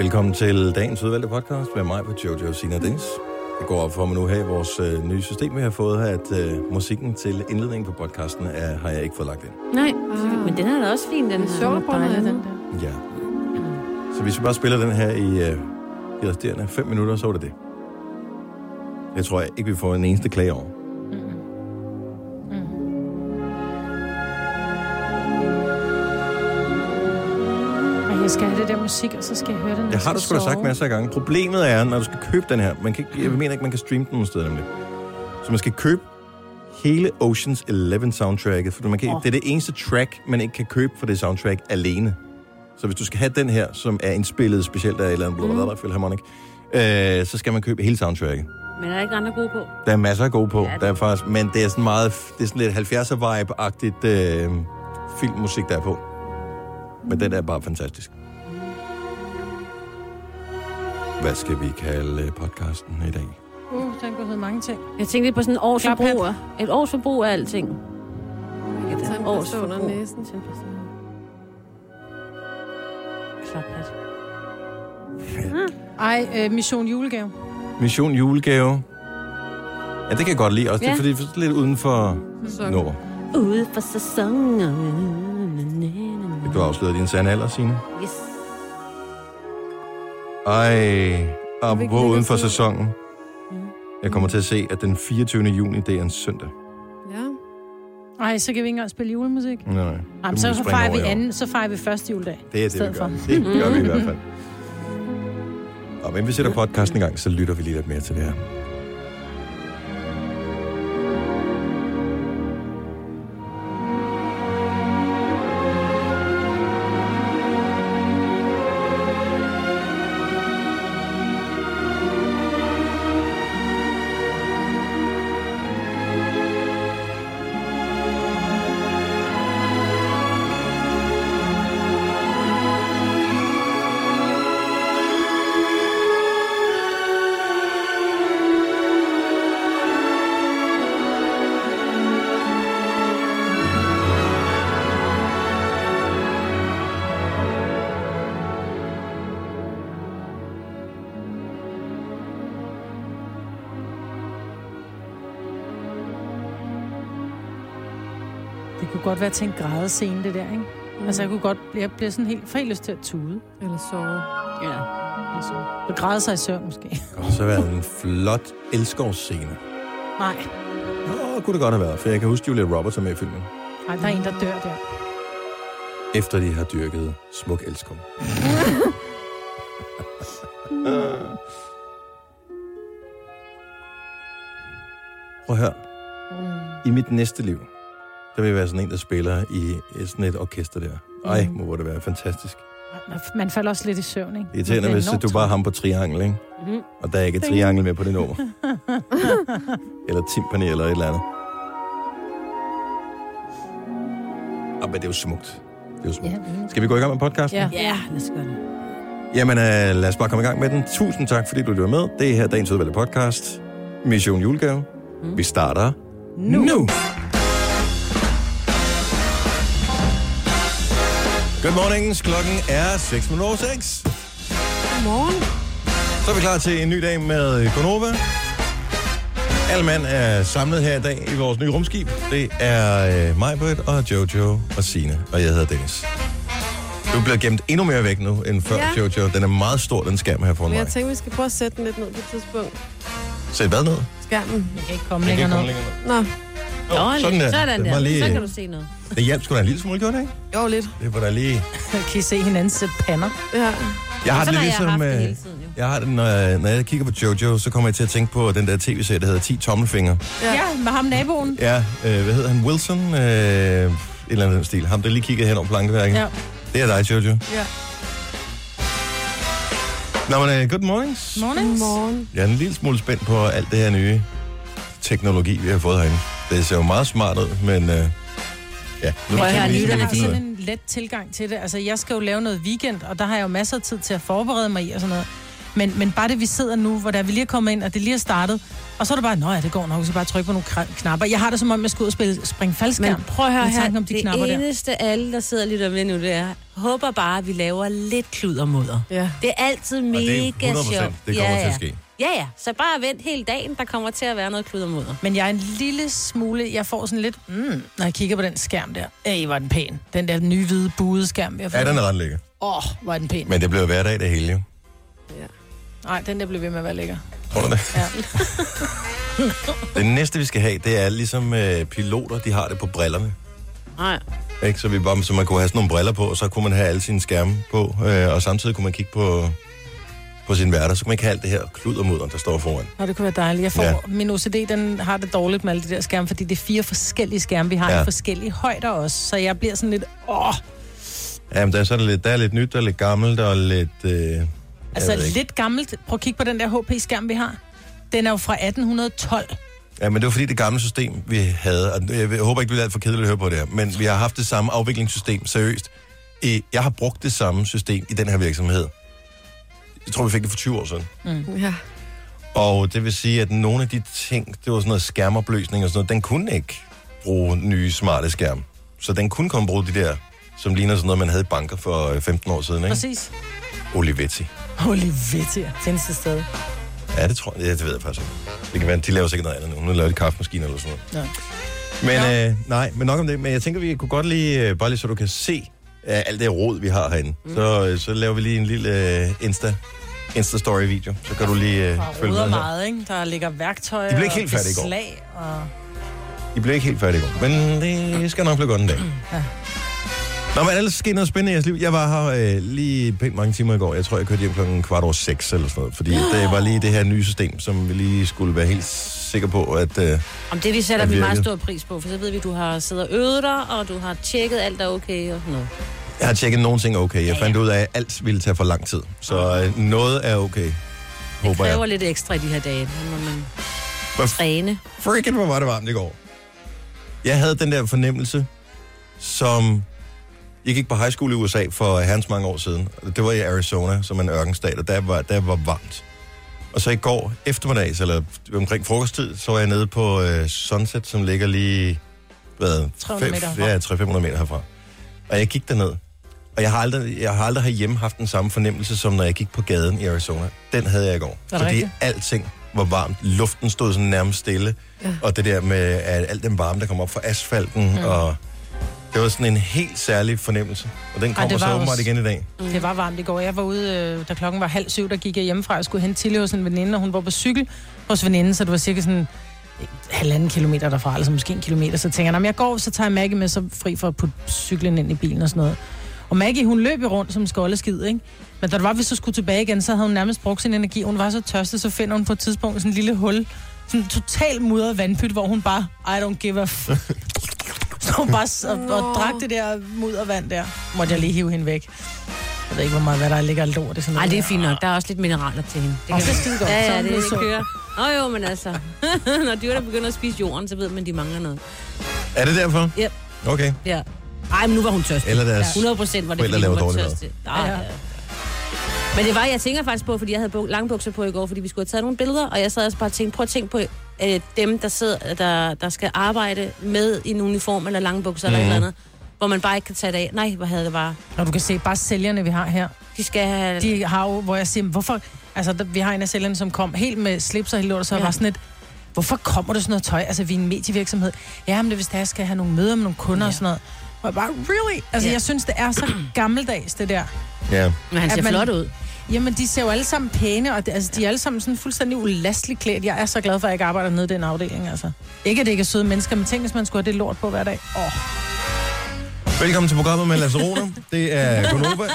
Velkommen til dagens udvalgte podcast med mig, med Jojo Sina Dens. Det går op for mig nu her i vores øh, nye system, vi har fået her, at øh, musikken til indledningen på podcasten er, har jeg ikke fået lagt ind. Nej, men den er da også fin, den Det er sjovt at prøve noget dejlig, andet. der. Ja. Så hvis vi bare spiller den her i øh, de resterende 5 minutter, så er det det. Jeg tror jeg ikke, vi får en eneste klage over. Ej, jeg skal have det der musik, og så skal jeg høre den. når Det jeg har du skal sgu da sagt sove. masser af gange. Problemet er, når du skal købe den her, man kan ikke, jeg mener ikke, man kan streame den nogen steder nemlig. Så man skal købe hele Ocean's Eleven soundtracket, for man kan, oh. det er det eneste track, man ikke kan købe for det soundtrack alene. Så hvis du skal have den her, som er indspillet specielt af et eller andet mm. Philharmonic, øh, så skal man købe hele soundtracket. Men er der ikke andre gode på? Der er masser af gode på, Ja, ja, det- der er faktisk, men det er sådan meget, det er sådan lidt 70'er-vibe-agtigt øh, filmmusik, der er på. Men den er bare fantastisk. Hvad skal vi kalde øh, podcasten i dag? Uh, den kunne hedde mange ting. Jeg tænkte lidt på sådan et års Klaphat. forbrug. af- Et års forbrug af alting. Jeg kan tage en Års person under forbrug. næsen. Til en person. Klaphat. Ej, øh, Mission Julegave. Mission julegave. Ja, det kan jeg godt lide også. Ja. Det Ja. er fordi, det er lidt uden for Så- nord. Ude for sæsonen. Fik Du afslører din sande alder, Signe. Yes. Ej, apropos lægge uden for os ned. sæsonen. Jeg kommer til at se, at den 24. juni, det er en søndag. Ja. Ej, så kan vi ikke engang spille julemusik. Nej, nej. Ej, Det må men så vi springe fejrer vi over i år. anden, så fejrer vi første juledag. Det er det, stedet vi gør. for. Det gør vi i hvert fald. Og men vi sætter podcasten i gang, så lytter vi lige lidt mere til det her. Det kunne godt være til en grædescene, det der, ikke? Mm. Altså, jeg kunne godt jeg bliver sådan helt, får helt lyst til at tude. Eller sove. Ja. Altså, og græde sig i søvn, måske. Og så været en flot elskovsscene. Nej, Nå, kunne det godt have været, for jeg kan huske Julia Roberts er med i filmen. Ej, der er en, der dør der. Efter de har dyrket smuk elskov. Prøv at høre. I mit næste liv, der vil jeg være sådan en, der spiller i sådan et orkester der. Ej, Mm. må det være fantastisk. Man- Man falder også lidt i søvn, ikke? Det irriterende, er hvis enormt du bare har ham på triangel, ikke? Mhm. Og der er ikke et Ding. triangel med på det nummer. eller timpani eller et eller andet. Ah, men det er jo smukt. Det er jo smukt. Ja, mm. Skal vi gå i gang med podcasten? Ja. Ja, lad os gøre det. Jamen, øh, lad os bare komme i gang med den. Tusind tak, fordi du lytter med. Det er her dagens udvalgte podcast. Mission Julegave. Mm. Vi starter nu. nu. Good mornings. Klokken er 6.06. Godmorgen. Så er vi klar til en ny dag med Konova. Alle mand er samlet her i dag i vores nye rumskib. Det er øh, Majbert og Jojo og Sine og jeg hedder Dennis. Du bliver gemt endnu mere væk nu end før, ja. Ja. Jojo. Den er meget stor, den skærm her foran Men mig. jeg tænker, vi skal prøve at sætte den lidt ned på et tidspunkt. Sæt hvad ned? Skærmen. Jeg kan ikke komme længere ned. længere ned. Nå, Nå, sådan der. Sådan Det, var der. lige, Så kan du se noget. det hjalp sgu da en lille smule, gjorde det ikke? jo lidt. Det var da lige... Kan I se hinandens øh, pander? Ja. Jeg har det Sådan lidt ligesom... har jeg haft det øh, hele tiden, jo. Jeg har det, når jeg, når jeg kigger på Jojo, så kommer jeg til at tænke på den der tv-serie, der hedder 10 tommelfingre. Ja. Ja, med ham naboen. Ja, øh, hvad hedder han? Wilson? Øh, et eller andet i den stil. Ham, der lige kiggede hen over plankeværket. Ja. Ja. Det er dig, Jojo. Ja. Nå, men øh, good mornings. Mornings. Godmorgen. Jeg er en lille smule spændt på alt det her nye teknologi, vi har fået herinde. Det ser jo meget smart ud, men... Øh, ja, nu Prøv at tænker høre, vi lige, lytterne, Jeg hvad har vi finder ud sådan af. en let tilgang til det. Altså, jeg skal jo lave noget weekend, og der har jeg jo masser af tid til at forberede mig i og sådan noget. Men, men bare det, vi sidder nu, hvor der vi lige er kommet ind, og det lige er startet, og så er det bare, nå ja, det går nok, vi skal bare trykke på nogle kra- knapper. Jeg har det som om, jeg skal ud og spille spring Men faldskærm. prøv at høre Med her, tanken om de det knapper der. eneste alle, der sidder og lytter med nu, det er, håber bare, at vi laver lidt kludermudder. Ja. Det er altid mega Og det er 100%, sjovt. det kommer ja, til at ja. ske. Ja, ja. Så bare vent hele dagen. Der kommer til at være noget kludermudder. Men jeg er en lille smule, jeg får sådan lidt, mm, når jeg kigger på den skærm der. Ej, var den pæn. Den der nye hvide buede skærm, vi har Ja, fået. den er ret lækker. Åh, oh, var den pæn. Men det bliver hverdag det hele, jo. Nej, den der blev ved med at være lækker. Tror du det? Ja. det næste, vi skal have, det er ligesom øh, piloter, de har det på brillerne. Nej. Ikke? Så, vi bare, så man kunne have sådan nogle briller på, og så kunne man have alle sine skærme på, øh, og samtidig kunne man kigge på, på sin hverdag. Så kunne man ikke have alt det her kluddermudder, der står foran. Nå, det kunne være dejligt. Jeg får, Ja. ja. Min OCD den har det dårligt med alle de der skærme, fordi det er fire forskellige skærme, vi har Ja. ja. i forskellige højder også. Så jeg bliver sådan lidt, åh, oh, Jamen, der er, sådan lidt, der er lidt nyt, der er lidt gammelt, og lidt... Øh, altså ved ikke. lidt gammelt. Prøv at kigge på den der HP-skærm, vi har. Den er jo fra 1812. Ja, men det var fordi det gamle system, vi havde, og jeg håber ikke, det bliver alt for kedeligt at høre på det her, men vi har haft det samme afviklingssystem, seriøst. Øh, Jeg har brugt det samme system i den her virksomhed. Jeg tror, vi fik det for 20 år siden. Ja. Og det vil sige, at nogle af de ting, det var sådan noget skærmopløsning og sådan noget, den kunne ikke bruge nye smarte skærme. Så den kunne kun bruge de der, som ligner sådan noget, man havde i banker for øh, 15 år siden, ikke? Præcis. Olivetti. Olivetti findes det stadig. Ja, det tror jeg, ja, det ved jeg faktisk ikke. Det kan være, de laver sikkert noget andet nu. Nu laver de kaffemaskiner eller sådan noget. Ja. Men øh, nej, men nok om det. Men jeg tænker, vi kunne godt lige, øh, bare lige så du kan se øh, alt det råd, vi har herinde. Mm. Så, øh, så laver vi lige en lille øh, Insta, Insta-story-video. Så kan du lige øh, Og følge med ruder her. meget, ikke? Der ligger værktøj De blev ikke helt og færdige i går. beslag. Og... I blev ikke helt færdige i går, men det skal nok blive godt en dag. Mm, Ja. Nå, men ellers skete noget spændende i jeres liv. Jeg var her øh, lige pænt mange timer i går. Jeg tror, jeg kørte hjem klokken kvart over seks eller sådan noget. Fordi det var lige det her nye system, som vi lige skulle være helt sikre på, at... Øh, Om det vi sætter Ja, vi meget virkelig. stor pris på, for så ved vi, at du har siddet og øvet dig, og du har tjekket alt er okay og sådan noget. Jeg har tjekket nogle ting er okay. Jeg fandt ud af, at alt ville tage for lang tid. Så øh, noget er okay, Ah. Det håber kræver jeg. lidt ekstra i de her dage, når man Hvor træne. freaking, hvor var det varmt i går. Jeg havde den der fornemmelse, som... Jeg gik på high school i USA for herrens mange år siden. Det var i Arizona, som er en ørkenstat, og der var, der var varmt. Og så i går eftermiddags, eller omkring frokosttid, så var jeg nede på øh, Sunset, som ligger lige... Hvad? 300 meter herfra. herfra. Ja, 300 meter herfra. Og jeg gik derned. Og jeg har aldrig, jeg har aldrig herhjemme haft den samme fornemmelse, som når jeg gik på gaden i Arizona. Den havde jeg i går. Er det Fordi rigtigt? alting var varmt. Luften stod sådan nærmest stille. Ja. Og det der med at alt den varme, der kom op fra asfalten. Mm. Og det var sådan en helt særlig fornemmelse. Og den kommer det så var åbenbart også- igen i dag. Det var varmt i går. Jeg var ude, øh, da klokken var halv syv, der gik jeg hjemmefra. Jeg skulle hente Tilly hos en veninde, og hun var på cykel hos veninden, så det var cirka sådan øh, halvanden kilometer derfra, altså måske en kilometer. Så tænker jeg, "Nå, men jeg går, så tager jeg Maggie med, så fri for at putte cyklen ind i bilen og sådan noget. Og Maggie, hun løb jo rundt som skoldeskid, ikke? Men da det var, hvis så skulle tilbage igen, så havde hun nærmest brugt sin energi. Hun var så tørstig, så finder hun på et tidspunkt sådan en lille hul, sådan en totalt mudret vandpyt, hvor hun bare, I don't give a f- Så hun bare s- og, og drak det der muddervand der. Måtte jeg lige hive hende væk. Jeg ved ikke, hvor meget hvad der ligger af lort i sådan Nej, noget. det er fint nok. Der er også lidt mineraler til hende. Åh, det er skide godt. Ja, ja, Så er det, det det sundt. kører. Nå jo, men altså, når dyrene begynder at spise jorden, så ved man, at de mangler noget. Er det derfor? Yep. Okay. Ja. Ej, men nu var hun tørstig. Eller deres 100 procent var det, forældre fordi hun laver var dårlig mad. tørstig. Ja, ja. Men det var, jeg tænker faktisk på, fordi jeg havde bu- lange bukser på i går, fordi vi skulle have taget nogle billeder, og jeg sad også bare og tænkte, prøv at tænke på øh, dem, der, sidder, der, der skal arbejde med i en uniform eller lange bukser mm. eller Mhm. et eller andet, hvor man bare ikke kan tage det af. Nej, hvor havde det bare. Og du kan se, bare sælgerne, vi har her, De skal have... de har jo, hvor jeg siger, "Men hvorfor... Altså, der, vi har en af sælgerne, som kom helt med slips og helt lort, så ja. Ja. var sådan et, hvorfor kommer der sådan noget tøj? Altså, vi er en medievirksomhed. Ja, men det er, hvis der skal have nogle møder med nogle kunder ja. og sådan noget. Og jeg bare, really? Altså, Ja. ja. jeg synes, det er så gammeldags, det der. Ja. Men han at ser man- flot ud. Jamen, de ser jo alle sammen pæne, og det, altså, de er alle sammen sådan fuldstændig ulastligt klædt. Jeg er så glad for, at jeg ikke arbejder nede i den afdeling, altså. Ikke, at det ikke er søde mennesker, men tænk, hvis man skulle have det lort på hver dag. Åh. Velkommen til programmet med Lasse Rohner. Det er Gunova.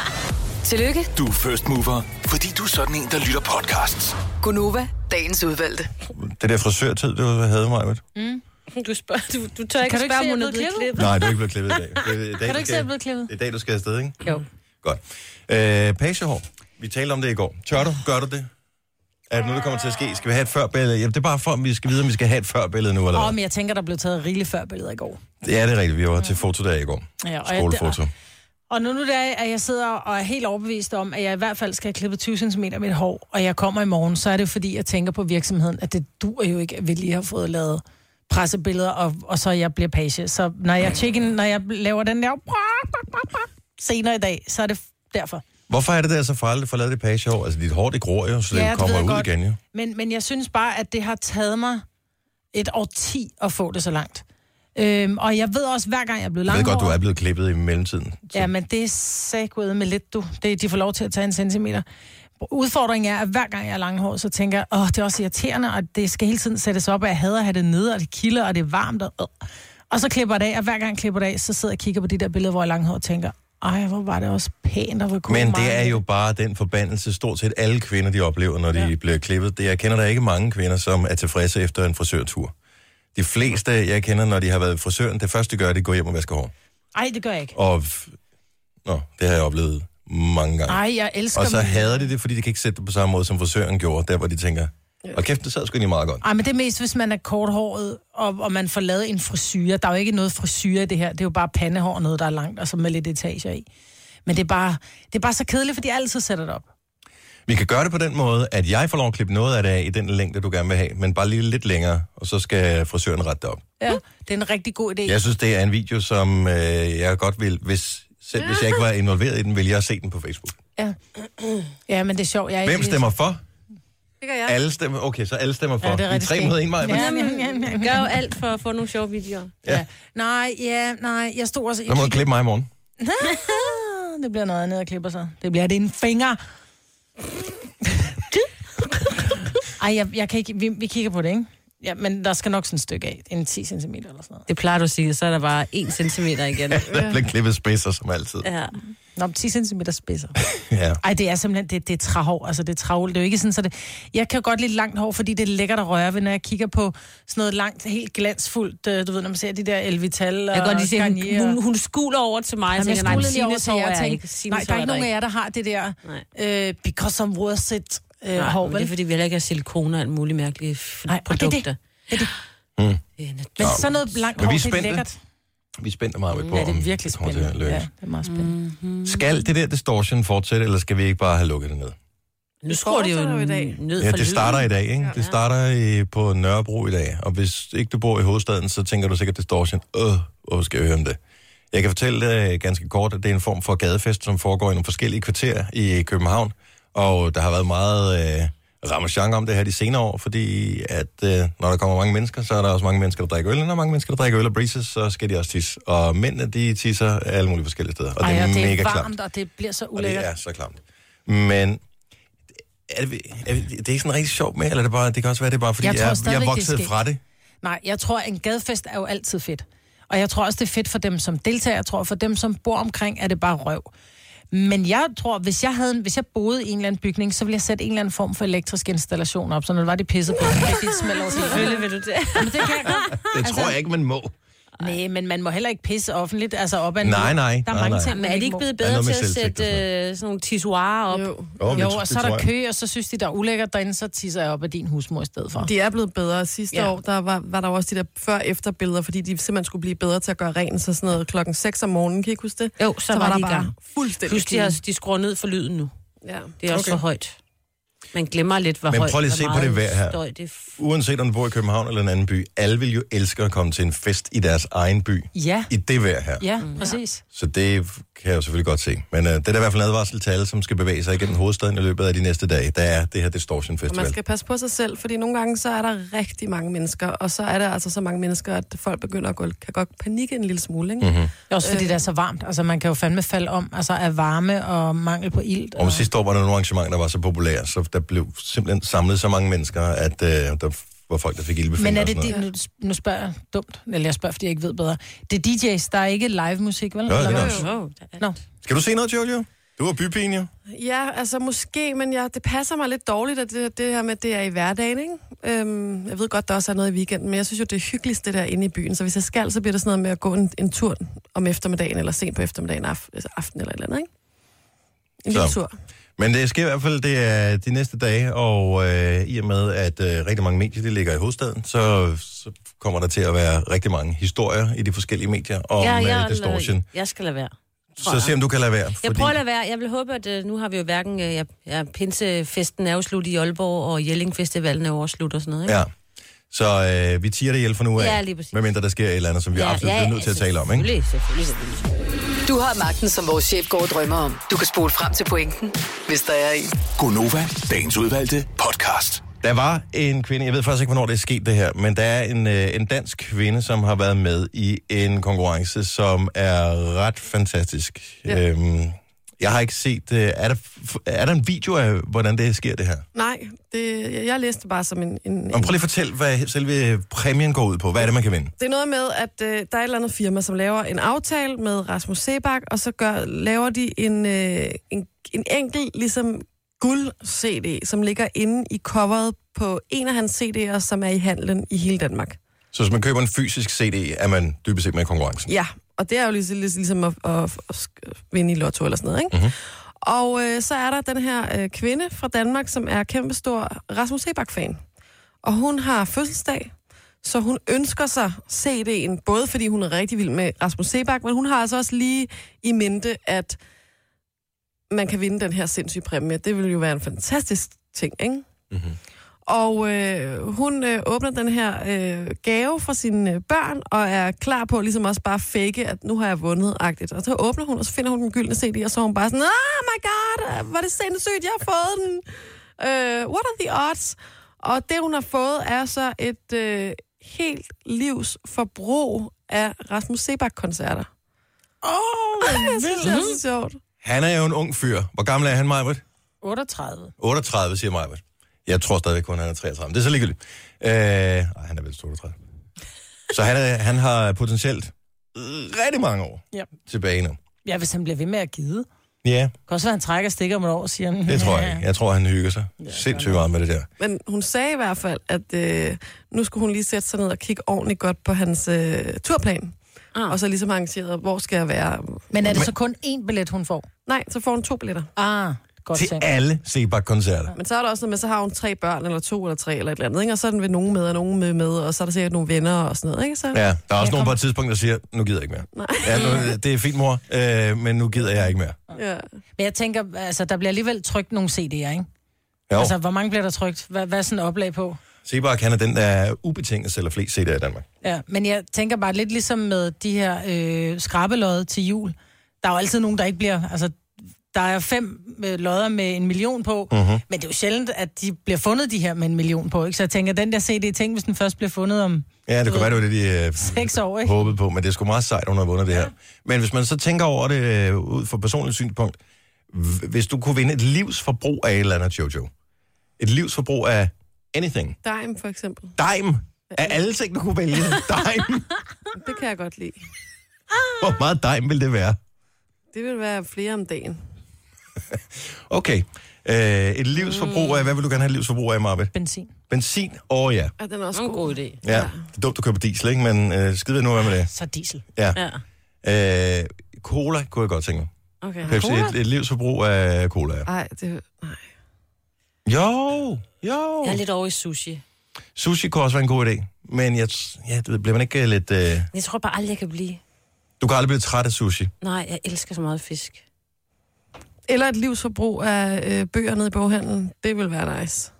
Tillykke, Du er first mover, fordi du er sådan en, der lytter podcasts. Gunova, dagens udvalgte. Det der frisørtid, du havde mig, ved. Du, spørger, du, du tør ikke spørge, om hun er blevet Nej, du er ikke blevet klippet i dag. Det er i dag Kan du skal- ikke se, at jeg er blevet klippet? Det er i dag, du skal afsted, ikke? Jo. Godt. Øh, pagehår. Vi talte om det i går. Tør du? Gør du det? Er det noget, der kommer til at ske? Skal vi have et førbillede? Jamen, det er bare for, om vi skal vide, om vi skal have et førbillede nu, eller Åh, hvad? men jeg tænker, der blev taget rigeligt før billeder i går. Ja, det er rigtigt. Vi var til fotodag i går. Ja, og jeg- Skolefoto. Og nu, nu det er, at jeg sidder og er helt overbevist om, at jeg i hvert fald skal have klippet 20 cm af mit hår, og jeg kommer i morgen, så er det fordi, jeg tænker på virksomheden, at det dur jo ikke, at vi lige har fået lavet pressebilleder, og, og så jeg bliver page. Så når jeg, chicken, når jeg laver den der, senere i dag, så er det f- derfor. Hvorfor er det, der er så farligt for at lade det page over? Altså, dit hår, det gror jo, så det Ja, ja, det kommer ved jeg ud godt. godt. igen jo. Men, men jeg synes bare, at det har taget mig et årti at få det så langt. Øhm, og jeg ved også, hver gang jeg er blevet Jeg ved langhåret... godt, du er blevet klippet i mellemtiden. Ja, men det er sækket med lidt, du. Det, de får lov til at tage en centimeter. Udfordringen er, at hver gang jeg er langhåret, så tænker jeg, åh, det er også irriterende, og det skal hele tiden sættes op, og jeg hader at have det nede, og det kilder, og det er varmt, og, øh. og så klipper jeg det af, og hver gang jeg klipper det af, så sidder jeg og kigger på de der billeder, hvor jeg er langhåret og tænker, ej, hvor var det også pænt, og hvor kunne Men meget det er med jo bare den forbandelse, stort set alle kvinder, de oplever, når de ja. bliver klippet. Det, jeg kender der ikke mange kvinder, som er tilfredse efter en frisørtur. De fleste, jeg kender, når de har været i frisøren, det første, de gør, det er at gå hjem og vaske hår. Ej, det gør jeg ikke. Og f- Nå, det har jeg oplevet mange gange. Ej, jeg elsker og så min- hader de det, fordi de kan ikke sætte det på samme måde, som frisøren gjorde, der hvor de tænker, og kæft, det sad sgu egentlig meget godt. Ej, men det er mest, hvis man er korthåret, og, og man får lavet en frisyr. Der er jo ikke noget frisyr i det her. Det er jo bare pandehår, noget, der er langt, og så med lidt etager i. Men det er bare, det er bare så kedeligt, for de altid sætter det op. Vi kan gøre det på den måde, at jeg får lov at klippe noget af det af i den længde, du gerne vil have, men bare lige lidt længere, og så skal frisøren rette det op. Ja. Det er en rigtig god idé. Jeg synes, det er en video, som øh, jeg godt vil, hvis, selv hvis jeg ikke var involveret i den, ville jeg se den på Facebook. Ja. ja, men det er sjovt. Jeg er Hvem ikke- stemmer for? Det gør jeg. Alle stemmer, okay, så alle stemmer for. Ja, det er I rigtig 3 mod 1 skægt. maj. Ja, men- ja, ja, Gør ja. jo alt for at få nogle sjove videoer. Ja. Nej, ja, nej. Jeg stod også... Så må du klippe mig i morgen. det bliver noget andet, jeg klipper så. Det bliver det en finger. Ej, jeg, jeg kan ikke, vi, vi kigger på det, ikke? Ja, men der skal nok sådan et stykke af. En 10 cm eller sådan noget. Det plejer du at sige, så er der bare en centimeter igen. Der bliver klippet spidser, som altid. Ja. Nå, men 10 cm spidser. Ja. Ej, det er simpelthen, det, det er træhår, altså det er travlt. Det er jo ikke sådan, så det, jeg kan jo godt lide langt hår, fordi det er lækkert at røre ved, når jeg kigger på sådan noget langt, helt glansfuldt, øh, du ved, når man ser de der Elvital og Jeg kan godt lige se, at Garnier hun, og- hun, hun skuler over til mig. Jamen, Altså, jeg tænker, nej, skolede lige over Signes til hår jer og er tænkte, Signes nej, der er ikke nogen af jer, der har det der, øh, because I'm worth it, øh, Nej, hår, men det er, vel? fordi vi heller ikke har silikoner og alt muligt mærkelige f- Nej, og det er produkter. det. Det er det. Det er nat- Men sådan noget langt Men hår, vi er det er spændte. lækkert. Hmm. Vi spænder meget på, Ja, det om er virkelig kommer til at spændende. lykkes. Ja, det er meget spændende. Mm. Mm-hmm. Skal det der distortion fortsætte, eller skal vi ikke bare have lukket det ned? Nu skruer det jo fortsætter jo i dag. ned Ja, for det starter i lyden. dag, ikke? Det starter i, på Nørrebro i dag. Og hvis ikke du bor i hovedstaden, så tænker du sikkert distortion. Øh, hvor skal jeg høre om det? Jeg kan fortælle dig ganske kort, at det er en form for gadefest, som foregår i nogle forskellige kvarterer i København. Og der har været meget øh, ramachan om det her de senere år, fordi at øh, når der kommer mange mennesker, så er der også mange mennesker, der drikker øl. Og når mange mennesker, der drikker øl og breezes, så skal de også tisse. Og mændene, de tisser alle mulige forskellige steder. Og det er, Ej, og det mega er klamt. varmt, og det bliver så Og det ulækkert. er så klamt. Men er det, er det, det er ikke sådan rigtig sjovt med, eller er det, bare, det kan også være, det er bare fordi, Jeg jeg, tror jeg, jeg stadigvæk, er det er vokset skægt. Ah, fra det. Nej, jeg tror, at en gadefest er jo altid fedt. Og jeg tror også, det er fedt for dem som deltager. Jeg tror, for dem, som bor omkring, er det bare røv. Men jeg tror, hvis jeg, havde, en- hvis jeg boede i en eller anden bygning, så ville jeg sætte en eller anden form for elektrisk installation op, så når det var, de pissede på, så fik de et smæld over Selvfølgelig vil du det. Men det kan jeg godt. Det altså, tror jeg ikke, man må. Nej, men man må heller ikke pisse offentligt, altså op ad en- Nej, nej, Der er nej, mange nej. ting, Men er det ikke blevet Der er bedre noget til med at selvtægt og sætte sådan øh, sådan nogle tissoirer op? Jo. Oh, Jo, og så er der kø, og så synes de, der er ulækkert derinde, så tisser jeg op ad din husmor i stedet for. De er blevet bedre. Sidste Ja. ja. år der var, var der jo også de der før-efter-billeder, fordi de simpelthen skulle blive bedre til at gøre rent, så sådan noget klokken 6 om morgenen, kan I ikke huske det? Jo, så, så var var der de i gang. bare fuldstændig Plus, de, har, de skruer ned for lyden nu. Ja. Det er også for højt. Man glemmer lidt, hvor Men højt prøv lige at hvor se på meget det vejr her. Støj, det er f- Uanset om du bor i København eller en anden by, alle vil jo elske at komme til en fest i deres egen by. Ja, Mm, I det vejr her. ja, præcis. Så det kan jeg jo selvfølgelig godt se. Men øh, det er da i hvert fald en advarsel til alle, som skal bevæge sig igennem hovedstaden i løbet af de næste dage. Der er det her Distortion Og man Festival. skal passe på sig selv, fordi nogle gange så er der rigtig mange mennesker, og så er der altså så mange mennesker, at folk begynder at gå, kan godt panikke en lille smule, ikke? Mm-hmm. Også fordi det er så varmt. Altså, man kan jo fandme falde om altså, af varme og mangel på ilt. Og sidste år var der nogle arrangementer, der var så populære, så der blev simpelthen samlet så mange mennesker, at øh, der var folk, der fik Men ildbefinder er og det, sådan noget. det nu, nu spørger jeg dumt, eller jeg spørger, fordi jeg ikke ved bedre. Det er DJ's, der er ikke live musik, vel? Jo, det er Eller der hvad? også. wow, der er- Nå. Skal du se noget, Jojo? Du er bypigen, jo. Ja, altså måske, men jeg, det passer mig lidt dårligt, at det, det her med, at det er i hverdagen, ikke? Øhm, jeg ved godt, der også er noget i weekenden, men jeg synes jo, det er hyggeligst, det der inde i byen. Så hvis jeg skal, så bliver det sådan noget med at gå en, en tur om eftermiddagen, eller sent på eftermiddagen, af, altså aften eller et eller andet, ikke? En Så. lille tur. Men det sker i hvert fald det er de næste dage, og øh, i og med, at øh, rigtig mange medier de ligger i hovedstaden, så, så kommer der til at være rigtig mange historier i de forskellige medier om øh, ja, ja, distortion. lader- jeg skal lade være. Så se, om du kan lade være. Jeg prøver at lade være. Jeg vil håbe, at øh, nu har vi jo hverken... øh, Ja, ja, pinsefesten er jo slut i Aalborg, og Jelling Festivalen er jo også slut og sådan noget. Ikke? Ja. Så øh, vi tiger det ihjel for nu af, Ja, lige præcis. medmindre der sker et eller andet, som vi ja, absolut ja, er nødt til at tale om. Ikke? Selvfølgelig, selvfølgelig, selvfølgelig. Du har magten, som vores chef går og drømmer om. Du kan spole frem til pointen, hvis der er en. Gonova, dagens udvalgte podcast. Der var en kvinde, jeg ved faktisk ikke, hvornår det er sket det her, men der er en, øh, en dansk kvinde, som har været med i en konkurrence, som er ret fantastisk. Ja. Øhm, jeg har ikke set... Øh, er, der, er der en video af, hvordan det sker, det her? Nej, det, jeg, jeg læste det bare som en... en, Men en prøv lige at fortælle, hvad selve præmien går ud på. Hvad er det, man kan vinde? det er noget med, at øh, der er et eller andet firma, som laver en aftale med Rasmus Sebak, og så gør, laver de en, øh, en, en enkelt ligesom guld-CD, som ligger inde i coveret på en af hans CD'er, som er i handlen i hele Danmark. Så hvis man køber en fysisk CD, er man dybest set med i konkurrencen. Ja, og det er jo ligesom, ligesom at, at, at sk- vinde i lotto eller sådan noget, ikke? Mm-hmm. Og øh, så er der den her øh, kvinde fra Danmark, som er kæmpestor Rasmus Sebak-fan. Og hun har fødselsdag, så hun ønsker sig CD'en, både fordi hun er rigtig vild med Rasmus Sebak, men hun har altså også lige i mente, at man kan vinde den her sindssyge præmie. Det ville jo være en fantastisk ting, ikke? Mm-hmm. Og øh, hun øh, åbner den her øh, gave fra sine øh, børn, og er klar på ligesom også bare at fake, at nu har jeg vundet-agtigt. Og så åbner hun, og så finder hun den gyldne CD, og så er hun bare sådan, ah, my god, hvor er det sindssygt, jeg har fået den. Øh, what are the odds? Og det, hun har fået, er så et øh, helt livs forbrug af Rasmus Sebak-koncerter. Åh, oh, jeg synes, det er så sjovt. Han er jo en ung fyr. Hvor gammel er han, Majbert? 38. 38, siger Majbert. Jeg tror stadigvæk kun, han er 33. Men Det er så ligegyldigt. Øh, ej, han er vel 32. Så han, er, han har potentielt rigtig mange år Ja. tilbage nu. Ja, hvis han bliver ved med at gide. Ja, Det kan også være, at han trækker stikker om et år, siger han. det tror jeg ikke. Jeg tror, han hygger sig sindssygt meget med det der. Men hun sagde i hvert fald, at øh, nu skulle hun lige sætte sig ned og kigge ordentligt godt på hans øh, turplan. Ah. Og så ligesom arrangeret, hvor skal jeg være? Men er det så kun én billet, hun får? Nej, så får hun to billetter. Ah, godt Til tænkt. alle Sebak-koncerter. Men så er der også noget med, så har hun tre børn, eller to, eller tre, eller et eller andet. Ikke? Og så er den ved nogen med, og nogen med, med, og så er der sikkert nogle venner og sådan noget. Ikke? Så, Ja, der er også nogen på et tidspunkt, der siger, nu gider jeg ikke mere. Ja, nu, det er fint, mor, øh, men nu gider jeg ikke mere. ja. Men jeg tænker, altså, der bliver alligevel trykt nogle CD'er, ikke? Jo. Altså, hvor mange bliver der trykt? Hvad, hvad er sådan et oplag på? Sebak, han er den, der er ubetinget sælger flest CD'er i Danmark. Ja, men jeg tænker bare lidt ligesom med de her øh, skrabelodde til jul. Der er jo altid nogen, der ikke bliver... Altså, der er fem øh, lodder med en million på, Mhm. mm-hmm. men det er jo sjældent, at de bliver fundet de her med en million på, ikke? Så jeg tænker, den der CD, tænk, hvis den først bliver fundet om Ja, det kunne være, det var det, de øh, seks år, ikke? håbet på, men det er sgu meget sejt, hun har vundet det her. Men hvis man så tænker over det øh, ud fra personligt synspunkt, hv- hvis du kunne vinde et livsforbrug af et eller andet, Jojo, et livsforbrug af anything, Dime for eksempel. dime, af alle ting, du kunne vælge, dime, Det kan jeg godt lide. hvor meget dime vil det være? Det vil være flere om dagen. Okay, øh, et livsforbrug af, hvad vil du gerne have et livsforbrug af, Marve? Benzin. Benzin, åh oh, ja. Er den er også Det er en god god? idé. Ja, det er dumt at købe diesel, ikke? Men øh, skide nu af med det. Så diesel. Ja. Ja. Øh, cola kunne jeg godt tænke mig. Okay. Pepsi, et, et livsforbrug af cola, ja. Ej, det, nej. Jo, jo. Jeg er lidt over i sushi. Sushi kunne også være en god idé, men jeg, t- ja, det ved- bliver man ikke øh, lidt... Øh, Jeg tror bare aldrig, jeg kan blive. du kan aldrig blive træt af sushi. Nej, jeg elsker så meget fisk. Eller et livsforbrug af øh, bøger nede i boghandlen. Det vil være nice.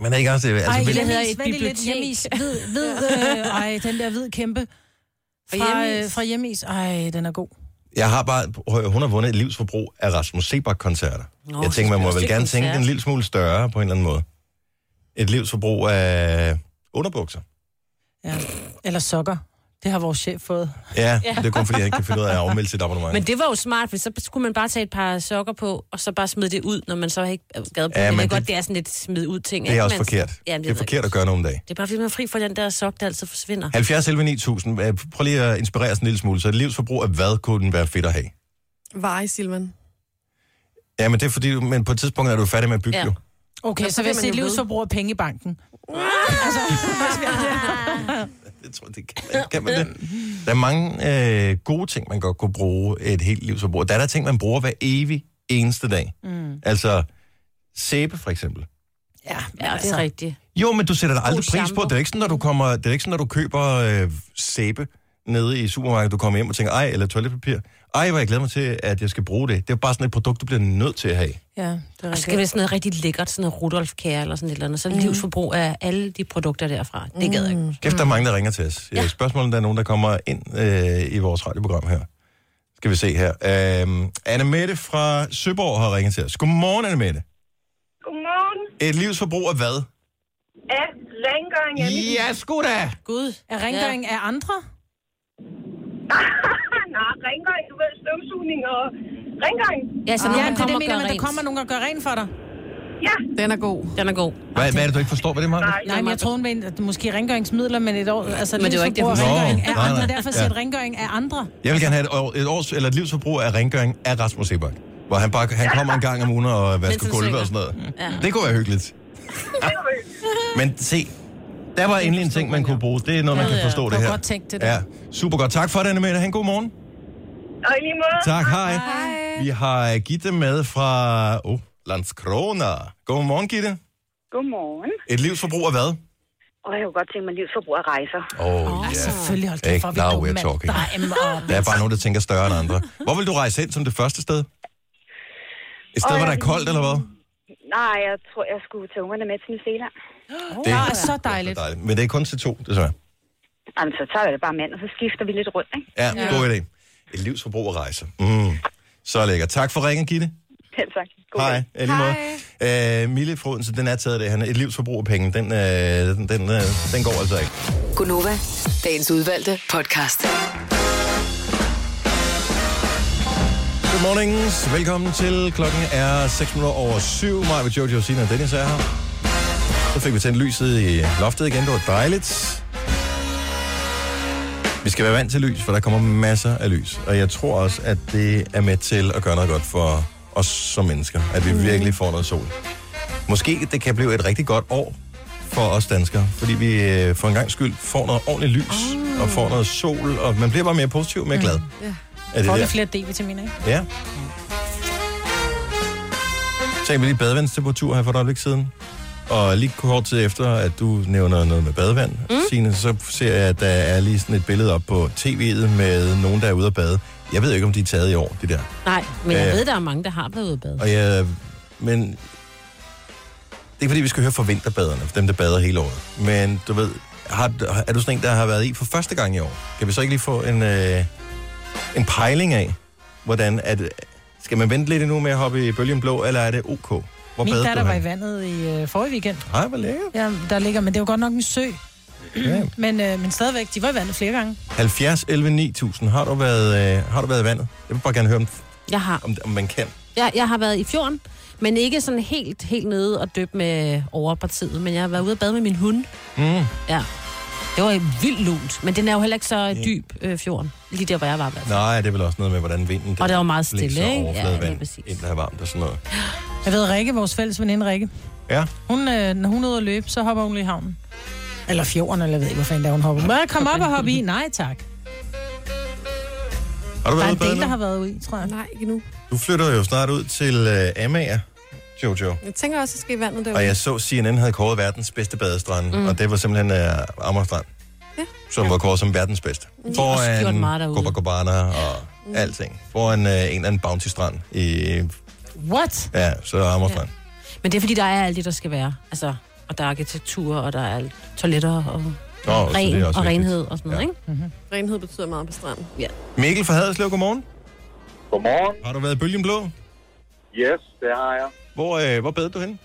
Men er ikke også... Altså, Ej, vil, jeg det hedder hedder et et bibliotek. bibliotek. Hjemmeis. Hvid, hvid, øh, ej, den der hvid kæmpe. Fra, hjemmeis. øh, fra hjemmeis. Ej, den er god. jeg har bare... prøv at høre, Hun har vundet et livsforbrug af Rasmus Sebak-koncerter. Nå, jeg så skal tænker, man må også vel til gerne tænke koncert. en lille smule større på en eller anden måde. Et livsforbrug af underbukser. Ja. Eller sokker. Det har vores chef fået. Ja, det er kun fordi, jeg ikke kan finde ud af at afmelde sit abonnement. Men det var jo smart, for så skulle man bare tage et par sokker på, og så bare smide det ud, når man så ikke øh, gad på Ja, ja, det. men Men det- godt, det er sådan lidt smid ud ting. det er ikke? også Men- forkert. Jamen, det er ved jeg forkert ikke. at gøre noget om dagen. Det er bare, fordi man er fri for den der sok, der altid forsvinder. 70 11 9000. Øh, Prøv lige at inspirere os en lille smule. Så et livsforbrug af hvad kunne den være fedt at have? Vej, Silvan. Ja, men det er fordi, du- men på et tidspunkt er du færdig med at bygge Ja. ja. jo. Okay, Nå, så så vil jeg kan man sige, jo livet vide. så bruger penge i banken. Ah! Altså, Jeg tror, det kan man, kan man det. Der er mange øh, gode ting, man godt kunne bruge et helt liv som bruger. Der er der ting, man bruger hver evig eneste dag. Mm. Altså sæbe for eksempel. Ja, Ja, det er rigtigt. Jo, men du sætter da aldrig pris på. shampoo. Det er ikke sådan, når du, kommer, det er ikke sådan, når du køber øh, sæbe nede i supermarkedet, du kommer hjem og tænker, ej, eller toiletpapir. Ej, hvor jeg glæder mig til, at jeg skal bruge det. Det er jo bare sådan et produkt, du bliver nødt til at have. Ja, det er Og så skal det være sådan noget rigtig lækkert, sådan noget Rudolf Kær eller sådan et eller andet. Så mm. livsforbrug af alle de produkter derfra. Det gad jeg Mm. ikke. Kæft, der er mange, der ringer til os. Ja. Ja. Spørgsmålet er, der er nogen, der kommer ind øh, i vores radioprogram her. Skal vi se her. Øhm, Anne Mette fra Søborg har ringet til os. Godmorgen, Anne Mette. Godmorgen. Et livsforbrug af hvad? At rengøring er mit... Ja, sgu da! Gud, er rengøring ja. af andre? Nej, rengøring, du ved, støvsugning og rengøring. Ja, så Ja, nogen, det der er det, Ah. kommer jeg og mener, gør men der rent. kommer nogen, der gør rent for dig. Ja, Den er god. Den er god. Hvad, hvad er det, du ikke forstår ved det, Maja? nej. Nej, men jeg troede, men, at måske rengøringsmidler, men et år... Altså, Men det var ikke det, hun livsforbrug af sagde. rengøring af Nå, nej, andre. nej. Derfor Ja. siger jeg, at rengøring af andre. Jeg vil gerne have et, år, et års eller et livsforbrug af rengøring af Rasmus Sebak. Hvor han, bare, han kommer en gang om ugen og vasker han gulve og sådan synger. noget. Det kunne være hyggeligt. Men se, der var endelig en ting, man kunne bruge. Det er noget, man kan forstå det var her. godt tænkt, det der. Ja, super godt. Tak for det, Anne Mette. Han god morgen. Og i lige måde. Tak, hej. Vi har øh, Gitte med fra oh, Landskrona. Godmorgen, Gitte. Godmorgen. Et livsforbrug af hvad? Og jeg kunne godt tænke mig livsforbrug af rejser. Oh, yeah. Selvfølgelig holdt Ikke? det for, vi Now er we're dumme mand. talking. Nej, men, og- Der er bare nogen, der tænker større end andre. Hvor vil du rejse hen som det første sted? Et sted, Åh, hvor der jeg er koldt, eller hvad? Nej, jeg tror, jeg skulle tage ungerne med til New Zealand. Det Nå, så dejligt. dejligt. Men det er kun til to, desværre. Jamen, så tager jeg det bare mand, og så skifter vi lidt rundt, ikke? Ja, ja. god idé. Et livsforbrug af rejse. Mm. Så lækkert. Tak for ringen, Gitte. Helt sagt. God dag. Hej. Ja, lige måde. Øh, Mille Froden, så den er taget det. Han er et livsforbrug af penge. Den, øh, den, den, øh, den går altså ikke. Gunova, dagens udvalgte podcast. Godmorgen. Velkommen til. Klokken er 6 minutter over 7. Mig med Jojo, Sina og Dennis er her. Så fik vi tændt lyset i loftet igen. Det var dejligt. Vi skal være vant til lys, for der kommer masser af lys. Og jeg tror også, at det er med til at gøre noget godt for os som mennesker. At vi virkelig får noget sol. Måske det kan blive et rigtig godt år for os danskere. Fordi vi øh, for en gang skyld får noget ordentligt lys. Og får noget sol. Og man bliver bare mere positiv og mere glad. Mm. Ja. Er Får vi flere D-vitaminer, ikke? Ja. Tænk på lige badevandstemperatur her for et øjeblik siden. Og lige kort tid efter, at du nævner noget med badevand, mm. Signe, så ser jeg, at der er lige sådan et billede op på tv'et med nogen, der er ude at bade. Jeg ved ikke, om de er taget i år, det der. Nej, men jeg Ja. ved, der er mange, der har været ude at bade. Og jeg, men det er ikke, fordi vi skal høre fra vinterbaderne, for dem, der bader hele året. Men du ved, har, er du sådan en, der har været i for første gang i år? Kan vi så ikke lige få en, øh, en pejling af, hvordan at, skal man vente lidt endnu med at hoppe i bølgen blå, eller er det ok? Hvor Min badede datter du var i henne? vandet i øh, forrige weekend. Ej, hvor lækkert. Ja, der ligger, men det var godt nok en sø. Ja. Mm. Men, øh, men stadigvæk, de var i vandet flere gange. 70, 11, 9000. Har du været, øh, har du været i vandet? Jeg vil bare gerne høre, om, Jeg har. om, om man kan. Jeg, jeg har været i fjorden, men ikke sådan helt, helt nede og døb med overpartiet. Men jeg har været ude at bade med min hund. Mm. Ja. Det var vildt lunt, men den er jo heller ikke så dyb øh, fjorden, lige der, hvor jeg var. i hvert fald. Nej, det er vel også noget med, hvordan vinden... Og det var meget blæser stille, ikke? overfladevand Ja, lige præcis. Ind, der er varmt og sådan noget. Jeg ved, Rikke, vores fælles veninde Rikke, Ja. hun, øh, når hun er ude at løbe, så hopper hun lige i havnen. Eller fjorden, eller jeg ved ikke, hvor fanden der hun hopper. Må jeg komme op og hoppe i? Nej, tak. Har du Der er været en ude at del, der bade har nu? været ude i, tror jeg. Nej, ikke nu. Du flytter jo snart ud til øh, Amager, Jojo. Jeg tænker også, at jeg skal i vandet Og derude. jeg så, CNN havde kåret verdens bedste badestrand, mm. og det var simpelthen øh, Amagerstrand, Ja. som var kåret som verdens bedste. også gjort Foran meget derude. Copacabana og mm. alting. Foran øh, en eller anden bounty-strand. I, What? ja, så Amagerstrand. Men det er, fordi der er alt det, der skal være. Altså, og der er arkitektur, og der er alt- toiletter og Ja. Nå, så det ren er og også vigtigt. renhed og sådan noget, Ja. ja. ikke? Renhed betyder meget på stranden. Mikkel fra Haderslev, godmorgen. Godmorgen. Har du været i Bølgen Blå? Yes, det har jeg. Hvor, øh, hvor badede du hen?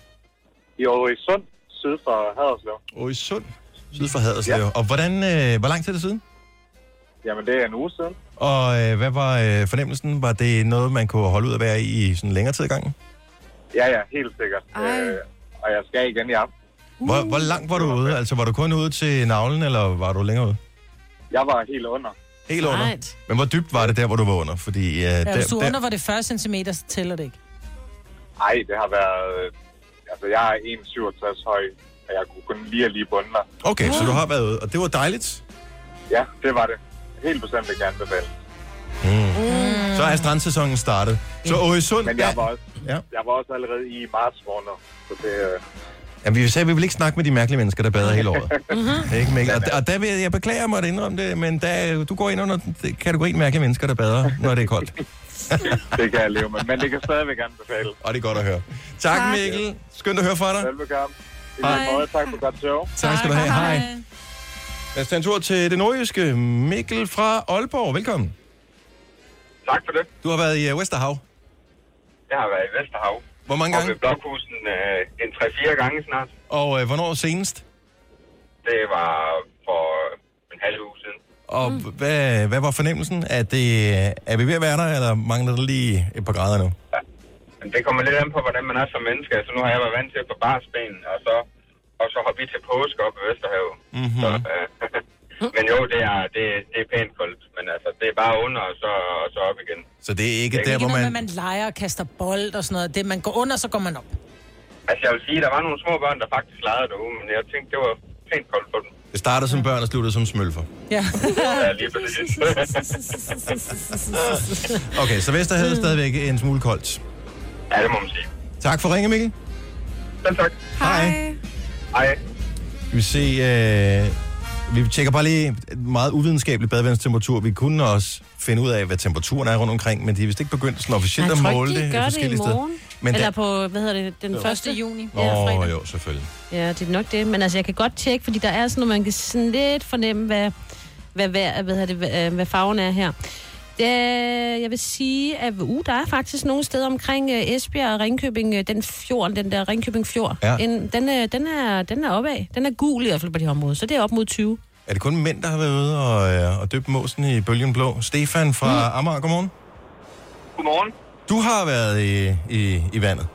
I Aarhusund, syd for Haderslev. Og i Sund, syd for Haderslev. Ja. Og hvordan, øh, hvor lang tid er det siden? Jamen, det er en uge siden. Og øh, hvad var øh, fornemmelsen? Var det noget, man kunne holde ud at være i i sådan længere tid ad gangen? Ja, ja, helt sikkert. Øh, Ej. og jeg skal igen i aften. Hvor, hvor langt var du Mm. ude? Altså, var du kun ude til navlen, eller var du længere ude? Jeg var helt under. Helt under. Sejt. Men hvor dybt var det der, hvor du var under? Fordi, øh, Ja, der, hvis du er der, under, hvor det er 40 cm, så tæller det ikke. Ej, det har været... øh, Altså, jeg er 1,67 høj, og jeg kunne kun lige og lige bunde mig. okay, så du Mm. har været ude, og det var dejligt. Ja, det var det. Helt bestemt, det kan jeg anbefale. Så Mm. er strandsæsonen startet. Så Åresund... Men jeg var også, Ja. jeg var også allerede i marts måned, så det, øh, Ja, vi sagde, at vi vil ikke snakke med de mærkelige mennesker, der bader hele året. Mm-hmm. Det er ikke mærkeligt. og, og der vil jeg, jeg beklager mig at indrømme det, men der, du går ind under den- kategorien mærkelige mennesker, der bader, når det er koldt. Det kan jeg leve med, men det kan stadigvæk anbefale. Og det er godt at høre. Tak, tak. Mikkel. Skønt at høre fra dig. Velbekomme. I lige måde, tak for godt show. Tak skal du have. Hej. Lad os tage en tur til det nordjyske. Mikkel fra Aalborg, velkommen. Tak for det. Du har været i øh, Vesterhav. Jeg har været i Vesterhav. Hvor mange Og gange? ved blokhusen øh, en 3-4 gange snart. Og øh, hvornår senest? Det var for en halv uge siden. Og mm. hvad, hvad var fornemmelsen? Er, det, er vi ved at være der, eller mangler der lige et par grader nu? Men det kommer lidt an på, hvordan man er som menneske. Altså, nu har jeg været vant til på barsbenen, og så, og så har vi til påske op i Vesterhav. Mm-hmm. Så, øh, men jo, det er, det, det er pænt koldt. Men altså, det er bare under, og så, og så op igen. Så det er ikke der, Ikke hvor noget med, at man... man leger og kaster bold og sådan noget. Det, man går under, så går man op. Altså, jeg vil sige, der var nogle små børn, der faktisk legede derude, men jeg tænkte, det var pænt koldt for dem. Det starter som børn og slutter som smølfer. Ja. Ja, lige præcis. Okay, så Vester havde stadigvæk en smule koldt. ja, det må man sige. Tak for ringe, Mikkel. Selv tak. Hej. Hej. Vi se, øh, vi tjekker bare lige et meget uvidenskabelig badevandstemperatur. Vi kunne også finde ud af, hvad temperaturen er rundt omkring, men de er vist ikke begyndt sådan officielt Jeg at tror måle ikke, de øh, gør det i forskellige morgen. Men Eller der... på, hvad hedder det, den 1. 1. juni. juni. Åh, oh, jo, selvfølgelig. Ja, det er nok det. Men altså, jeg kan godt tjekke, fordi der er sådan noget, man kan sådan lidt fornemme, hvad, hvad, hvad, hvad, hedder det, hvad, øh, hvad farven er her. Det, er- jeg vil sige, at uh, der er faktisk nogle steder omkring øh, Esbjerg og Ringkøbing, øh, den fjord, den der Ringkøbing Fjord, Ja. en, den, øh, den, er, den er opad. Den er gul i hvert fald på det her område, så det er op mod 20. Er det kun mænd, der har været ude og, øh, og døbt måsen i bølgen blå? Stefan fra mm. Amager, godmorgen. Godmorgen. Du har været i, i, i vandet.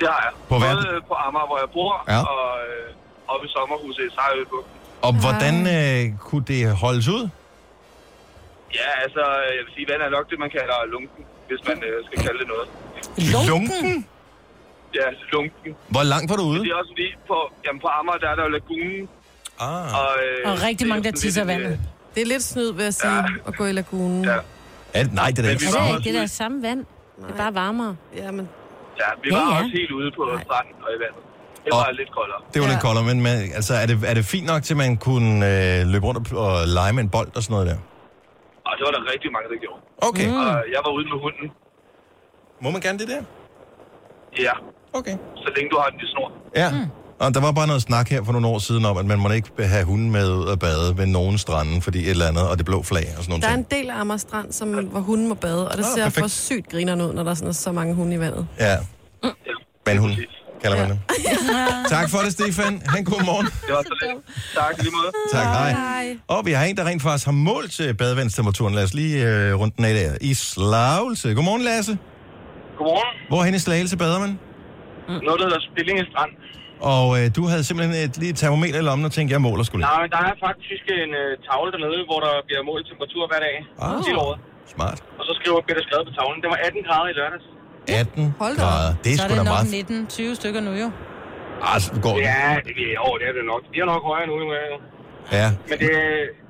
Det har jeg. På hvad? Både på Amager, hvor jeg bor, Ja. ja. og øh, oppe i sommerhuset i Sejrøbugten. Og hvordan øh, kunne det holdes ud? Ja, altså, jeg vil sige, vand er nok det, man kalder lunken, hvis man øh, skal kalde det noget. Lunken? Lunken? Ja, lunken. Hvor langt var du ude? Det er også fordi, på, jamen, på Amager, der er der jo lagunen. Ah. Og, øh, Og rigtig det er mange, der sådan tisser lidt, vandet. øh, Det er lidt snyd, vil jeg sige, ja. at gå i lagunen. Ja. Ja. Er det, nej, det er da Men ikke. vi Er var det også ikke det der ude- samme vand? Det er bare varmere. ja, men Ja, vi Ja, var ja. også helt ude på stranden og i vandet. Det Og- var lidt koldere. Det var lidt Ja. koldere, men man, altså, er, det, er det fint nok til, at man kunne øh, løbe rundt og, og lege med en bold og sådan noget der? Og det var der rigtig mange, der gjorde. Okay. Mm. Mm. Og jeg var ude med hunden. Må man gerne det der? Ja, Okay. så længe du har den i snor. Ja. Mm. Og der var bare noget snak her for nogle år siden om, at man måtte ikke have hunden med ud at bade ved nogen strande, fordi et eller andet, og det blå flag og sådan der er noget. en del af Amager Strand, som, hvor hunden må bade, og det Ah, ser perfekt. for sygt grineren ud, når der er sådan, så mange hunde i vandet. Ja. Men hun Præcis. kalder man det. tak for det, Stefan. Han god morgen. Det var så lidt. Tak, i lige måde. Tak, hej. Og vi har en, der rent faktisk har målt øh, badevandstemperaturen. Lad os lige øh, rundt den af der. I Slagelse. Godmorgen, Lasse. Godmorgen. Hvorhen i Slagelse bader man? Mm. Noget, der hedder Spillinge Strand. Og øh, du havde simpelthen et lille termometer i lommen og tænkte, jeg måler skulle lidt. Nej, men der er faktisk en øh, tavle dernede, hvor der bliver målt temperatur hver dag. Ah. Hele året. Smart. Og så skriver, bliver der skrevet på tavlen. Det var 18 grader i lørdags. 18 Hold da op. grader. Det er Så er sgu det da nok meget. 19-20 stykker nu jo. Altså, du går Ja, det, jo, det er det nok. Det er nok højere nu. øh. ja. Men det, det,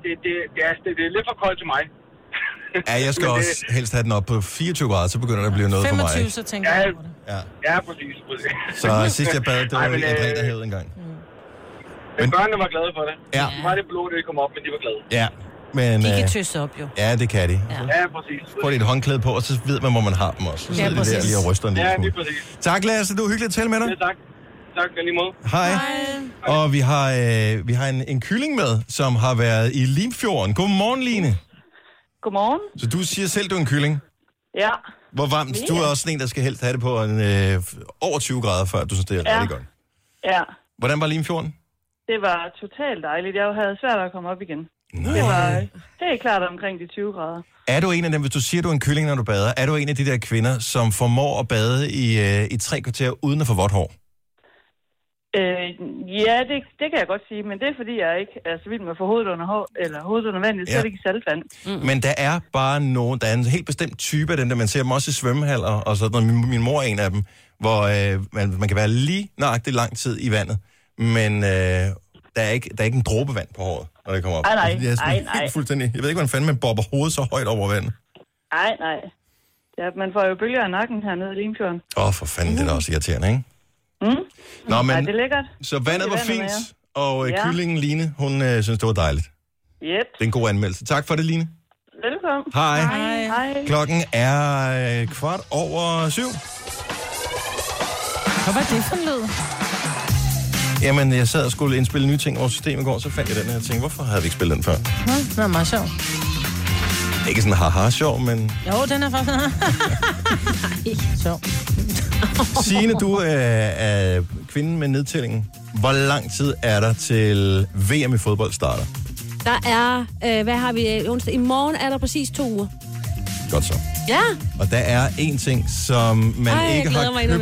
det, det, er, det, det er lidt for koldt til mig. ja, jeg skal Men det- også helst have den op på 24 grader, så begynder der at blive noget for mig. 25, så tænker jeg over det. Ja. Ja, præcis. præcis. Så sidst jeg bad, det var Ej, Ej, men, men, et øh, rent af havet engang. Men børnene var glade for det. Ja. Det var det blå, det kom op, men de var glade. Ja, men... De kan Øh, tøse op jo. ja, det kan de. Ja. Ja, præcis. Prøv lige et håndklæde på, og så ved man, hvor man har dem også. Så sidder de der præcis. lige og ryster en Ja, lille lige smule. præcis. Tak, Lasse. Det var hyggeligt at tale med dig. Ja, tak. Tak, i lige måde. Hej. Og vi har, øh, vi har en, en kylling med, som har været i Limfjorden. Godmorgen, Line. Godmorgen. Så du siger selv, du er en kylling. Ja. Hvor varmt? Du er også sådan en, der skal helst have det på en, øh, over 20 grader, før du synes, det er ja. Ja. rigtig godt. Ja. Hvordan var Limfjorden? Det var totalt dejligt. Jeg havde svært ved at komme op igen. Det Nej. var øh, helt klart omkring de 20 grader. Er du en af dem, hvis du siger, du er en kylling, når du bader, er du en af de der kvinder, som formår at bade i, øh, i tre kvarter uden at få vådt hår? Øh, ja, det, det kan jeg godt sige, men det er fordi, jeg ikke er så vild med at få hovedet under, hår, eller hovedet under vandet, ja. så Ja. er det ikke saltvand. Mm. Men der er bare nogen, der er en helt bestemt type af dem, der man ser dem også i svømmehaller og sådan noget. Min, min mor er en af dem, hvor øh, man, man kan være lige nøjagtig lang tid i vandet, men øh, der, er ikke, der er ikke en dråbe vand på håret, når det kommer op. Ej, nej. det er sådan Ej, helt nej. fuldstændig. Jeg ved ikke, hvordan fanden man bobber hovedet så højt over vandet. Nej, nej. Ja, man får jo bølger i nakken hernede i Limfjorden. Åh, oh, for fanden, det er da også irriterende, ikke? Mm? Nå, men, Ej, det er lækkert. så vandet Det var vandet fint, værd. og øh, Ja. kyllingen Line, hun øh, synes, det var dejligt. Det Yep. er en god anmeldelse. Tak for det, Line. Velkommen. Hej. Hej. Klokken er øh, kvart over syv. Og hvad er det for en lyd? Jamen, jeg sad og skulle indspille nye ting over systemet i går, så fandt jeg den her ting. Hvorfor havde vi ikke spillet den før? Nå, den er meget sjov. Ikke sådan haha-sjov, men... Jo, den er faktisk... Ej, sjov. Signe, du øh, er kvinden med nedtællingen. Hvor lang tid er der til VM i fodbold starter? Der er, øh, hvad har vi, øh, onsdag? I morgen er der præcis to uger. Godt så. Ja, Og der er en ting, som man Ej, jeg ikke glæder har mig endnu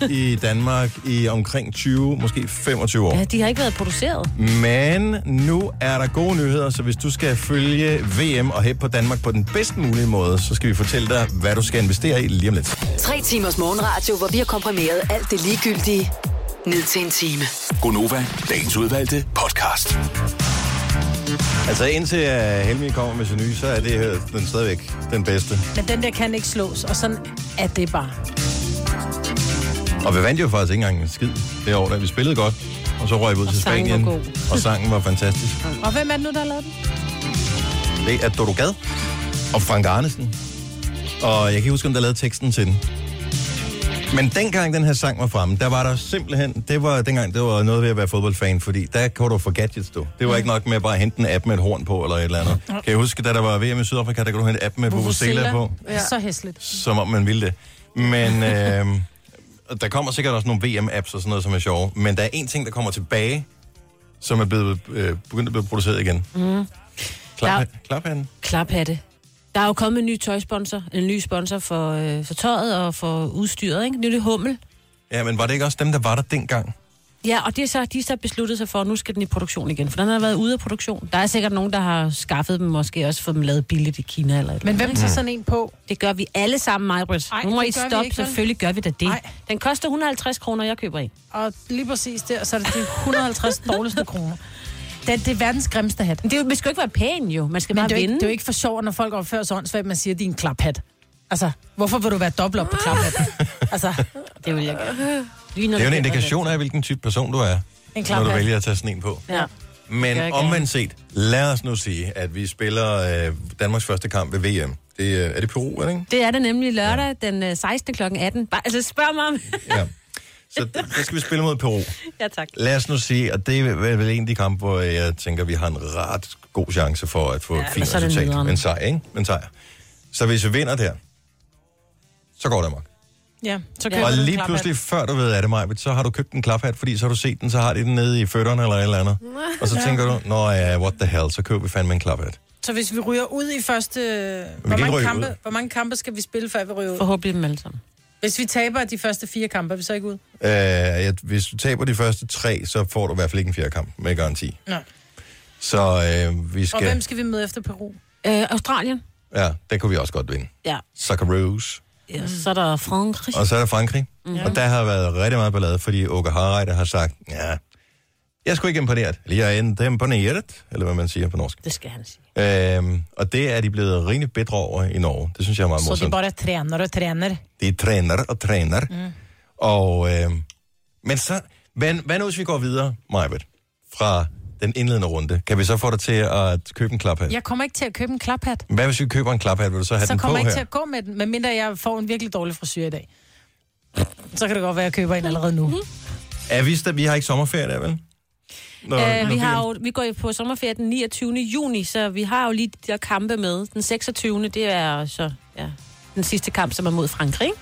købt i Danmark i omkring 20, måske 25 år. ja de har ikke været produceret. Men nu er der gode nyheder, så hvis du skal følge VM og hæppe på Danmark på den bedst mulige måde, så skal vi fortælle dig, hvad du skal investere i lige om lidt. Tre timers morgenradio, hvor vi har komprimeret alt det ligegyldige ned til en time. Gonova, dagens udvalgte podcast. Altså indtil øh, Helmi kommer med sin nye, så er det her den stadigvæk den bedste. Men den der kan ikke slås, og sådan er det bare. Og vi vandt jo faktisk ikke engang en skid det år, da vi spillede godt. Og så røg vi ud til sangen var Spanien, god. og sangen var fantastisk. Og hvem er det nu, der har lavet den? Det er Dodo Gad og Frank Arnesen. Og jeg kan ikke huske, om der lavede teksten til den. Men dengang den her sang var fremme, der var der simpelthen... Det var dengang, det var noget ved at være fodboldfan, fordi der kunne du få gadgets, du. Det var ikke nok med at bare hente en app med et horn på, eller et eller andet. Kan jeg huske, da der var VM i Sydafrika, der kunne du hente en app med Vuvuzela på, Ja. Så hæsligt. som om man ville det. Men øh, der kommer sikkert også nogle VM-apps og sådan noget, som er sjove. Men der er en ting, der kommer tilbage, som er blevet, øh, begyndt at blive produceret igen. Mm. Klap, Der- klap handen. Klaphatte. Der er jo kommet en ny tøjsponsor, en ny sponsor for, øh, for tøjet og for udstyret, ikke? Nytte Hummel. Ja, men var det ikke også dem, der var der dengang? Ja, og det er så, de er så besluttet sig for, at nu skal den i produktion igen, for den har været ude af produktion. Der er sikkert nogen, der har skaffet dem, måske også fået dem lavet billigt i Kina eller et Men hvem tager sådan en på? Det gør vi alle sammen, Majbrit. Ej, Nu må det I gør vi stoppe, ikke, vel? selvfølgelig gør vi da det. Ej. Den koster 150 kroner, jeg køber en. Og lige præcis der, så er det de 150 dårligste kroner. Det, det er verdens grimmeste hat. Men det er jo- man skal jo ikke være pæn jo, man skal Men bare det er, jo ikke, vinde. det er jo ikke for sjovt, når folk opfører sig åndssvagt, man siger, at de er en klaphat. Altså, hvorfor vil du være dobbelt op på klaphatten? Altså, det vil jeg Øh. gøre. Lige når Det er jo en køber indikation af, hvilken type person du er, en når du klaphat. vælger at tage sådan en på. Ja. Men jeg omvendt set, lad os nu sige, at vi spiller øh, Danmarks første kamp ved VM. Det, øh, er det Peru, er det ikke? Det er det nemlig lørdag den øh, 16. kl. 18. Bare, altså spørg mig om... Ja. Så d- der skal vi spille mod Peru. ja, tak. Lad os nu sige, og det er vel vel en af de kampe, hvor jeg tænker, at vi har en ret god chance for at få ja, et men fint så er det resultat. nederen. Men sejr, ikke? Men sejr. Så hvis vi vinder der, så går det amok. Ja, så Og køber du en lige klaphat. pludselig, før du ved af det, Majbet, så har du købt en klaphat, fordi så har du set den, så har de den nede i fødderne eller et eller andet. Og så tænker du, nå ja, what the hell, så køber vi fandme en klaphat. Så hvis vi ryger ud i første... Hvor ikke mange, ryge kampe, ud. hvor mange kampe skal vi spille, før vi ryger ud? Forhåbentlig dem alle sammen. Hvis vi taber de første fire kampe, er vi så ikke ud? Øh, ja, hvis du taber de første tre, så får du i hvert fald ikke en fjerde kamp, med garanti. Nå. Så øh, vi Og skal... hvem skal vi møde efter Peru? Øh, Australien? Ja, der kunne vi også godt vinde. Ja. Mm. Sakaroos. ja. Så er der Frankrig. Og så er der Frankrig. Mm. Og der har været rigtig meget ballade, fordi Åke Harreide har sagt, ja, jeg skulle ikke imponeret. Eller jeg er ikke imponeret, eller hvad man siger på norsk. Det skal han sige. Øhm, og det er de blevet rimelig bedre over i Norge. Det synes jeg er meget Så morsomt. de bare træner og træner. Det er træner og træner. Mm. Og, øh, men så, hvad, hvad nu hvis vi går videre, Majbet, fra den indledende runde? Kan vi så få dig til at købe en klaphat? Ja. Jeg kommer ikke til at købe en klaphat. Hvad hvis vi køber en klaphat? Vil du så have Så den på kommer jeg ikke her? til at gå med den, medmindre jeg får en virkelig dårlig frisyr i dag. Så kan det godt være, at jeg køber en allerede nu. Er vi, sta- vi har ikke sommerferie der, vel? Nå, Øh, vi, har jo, vi går jo på sommerferie den 29. juni, så vi har jo lige de der kampe med. Den 26. det er så ja, den sidste kamp, som er mod Frankrig. ikke?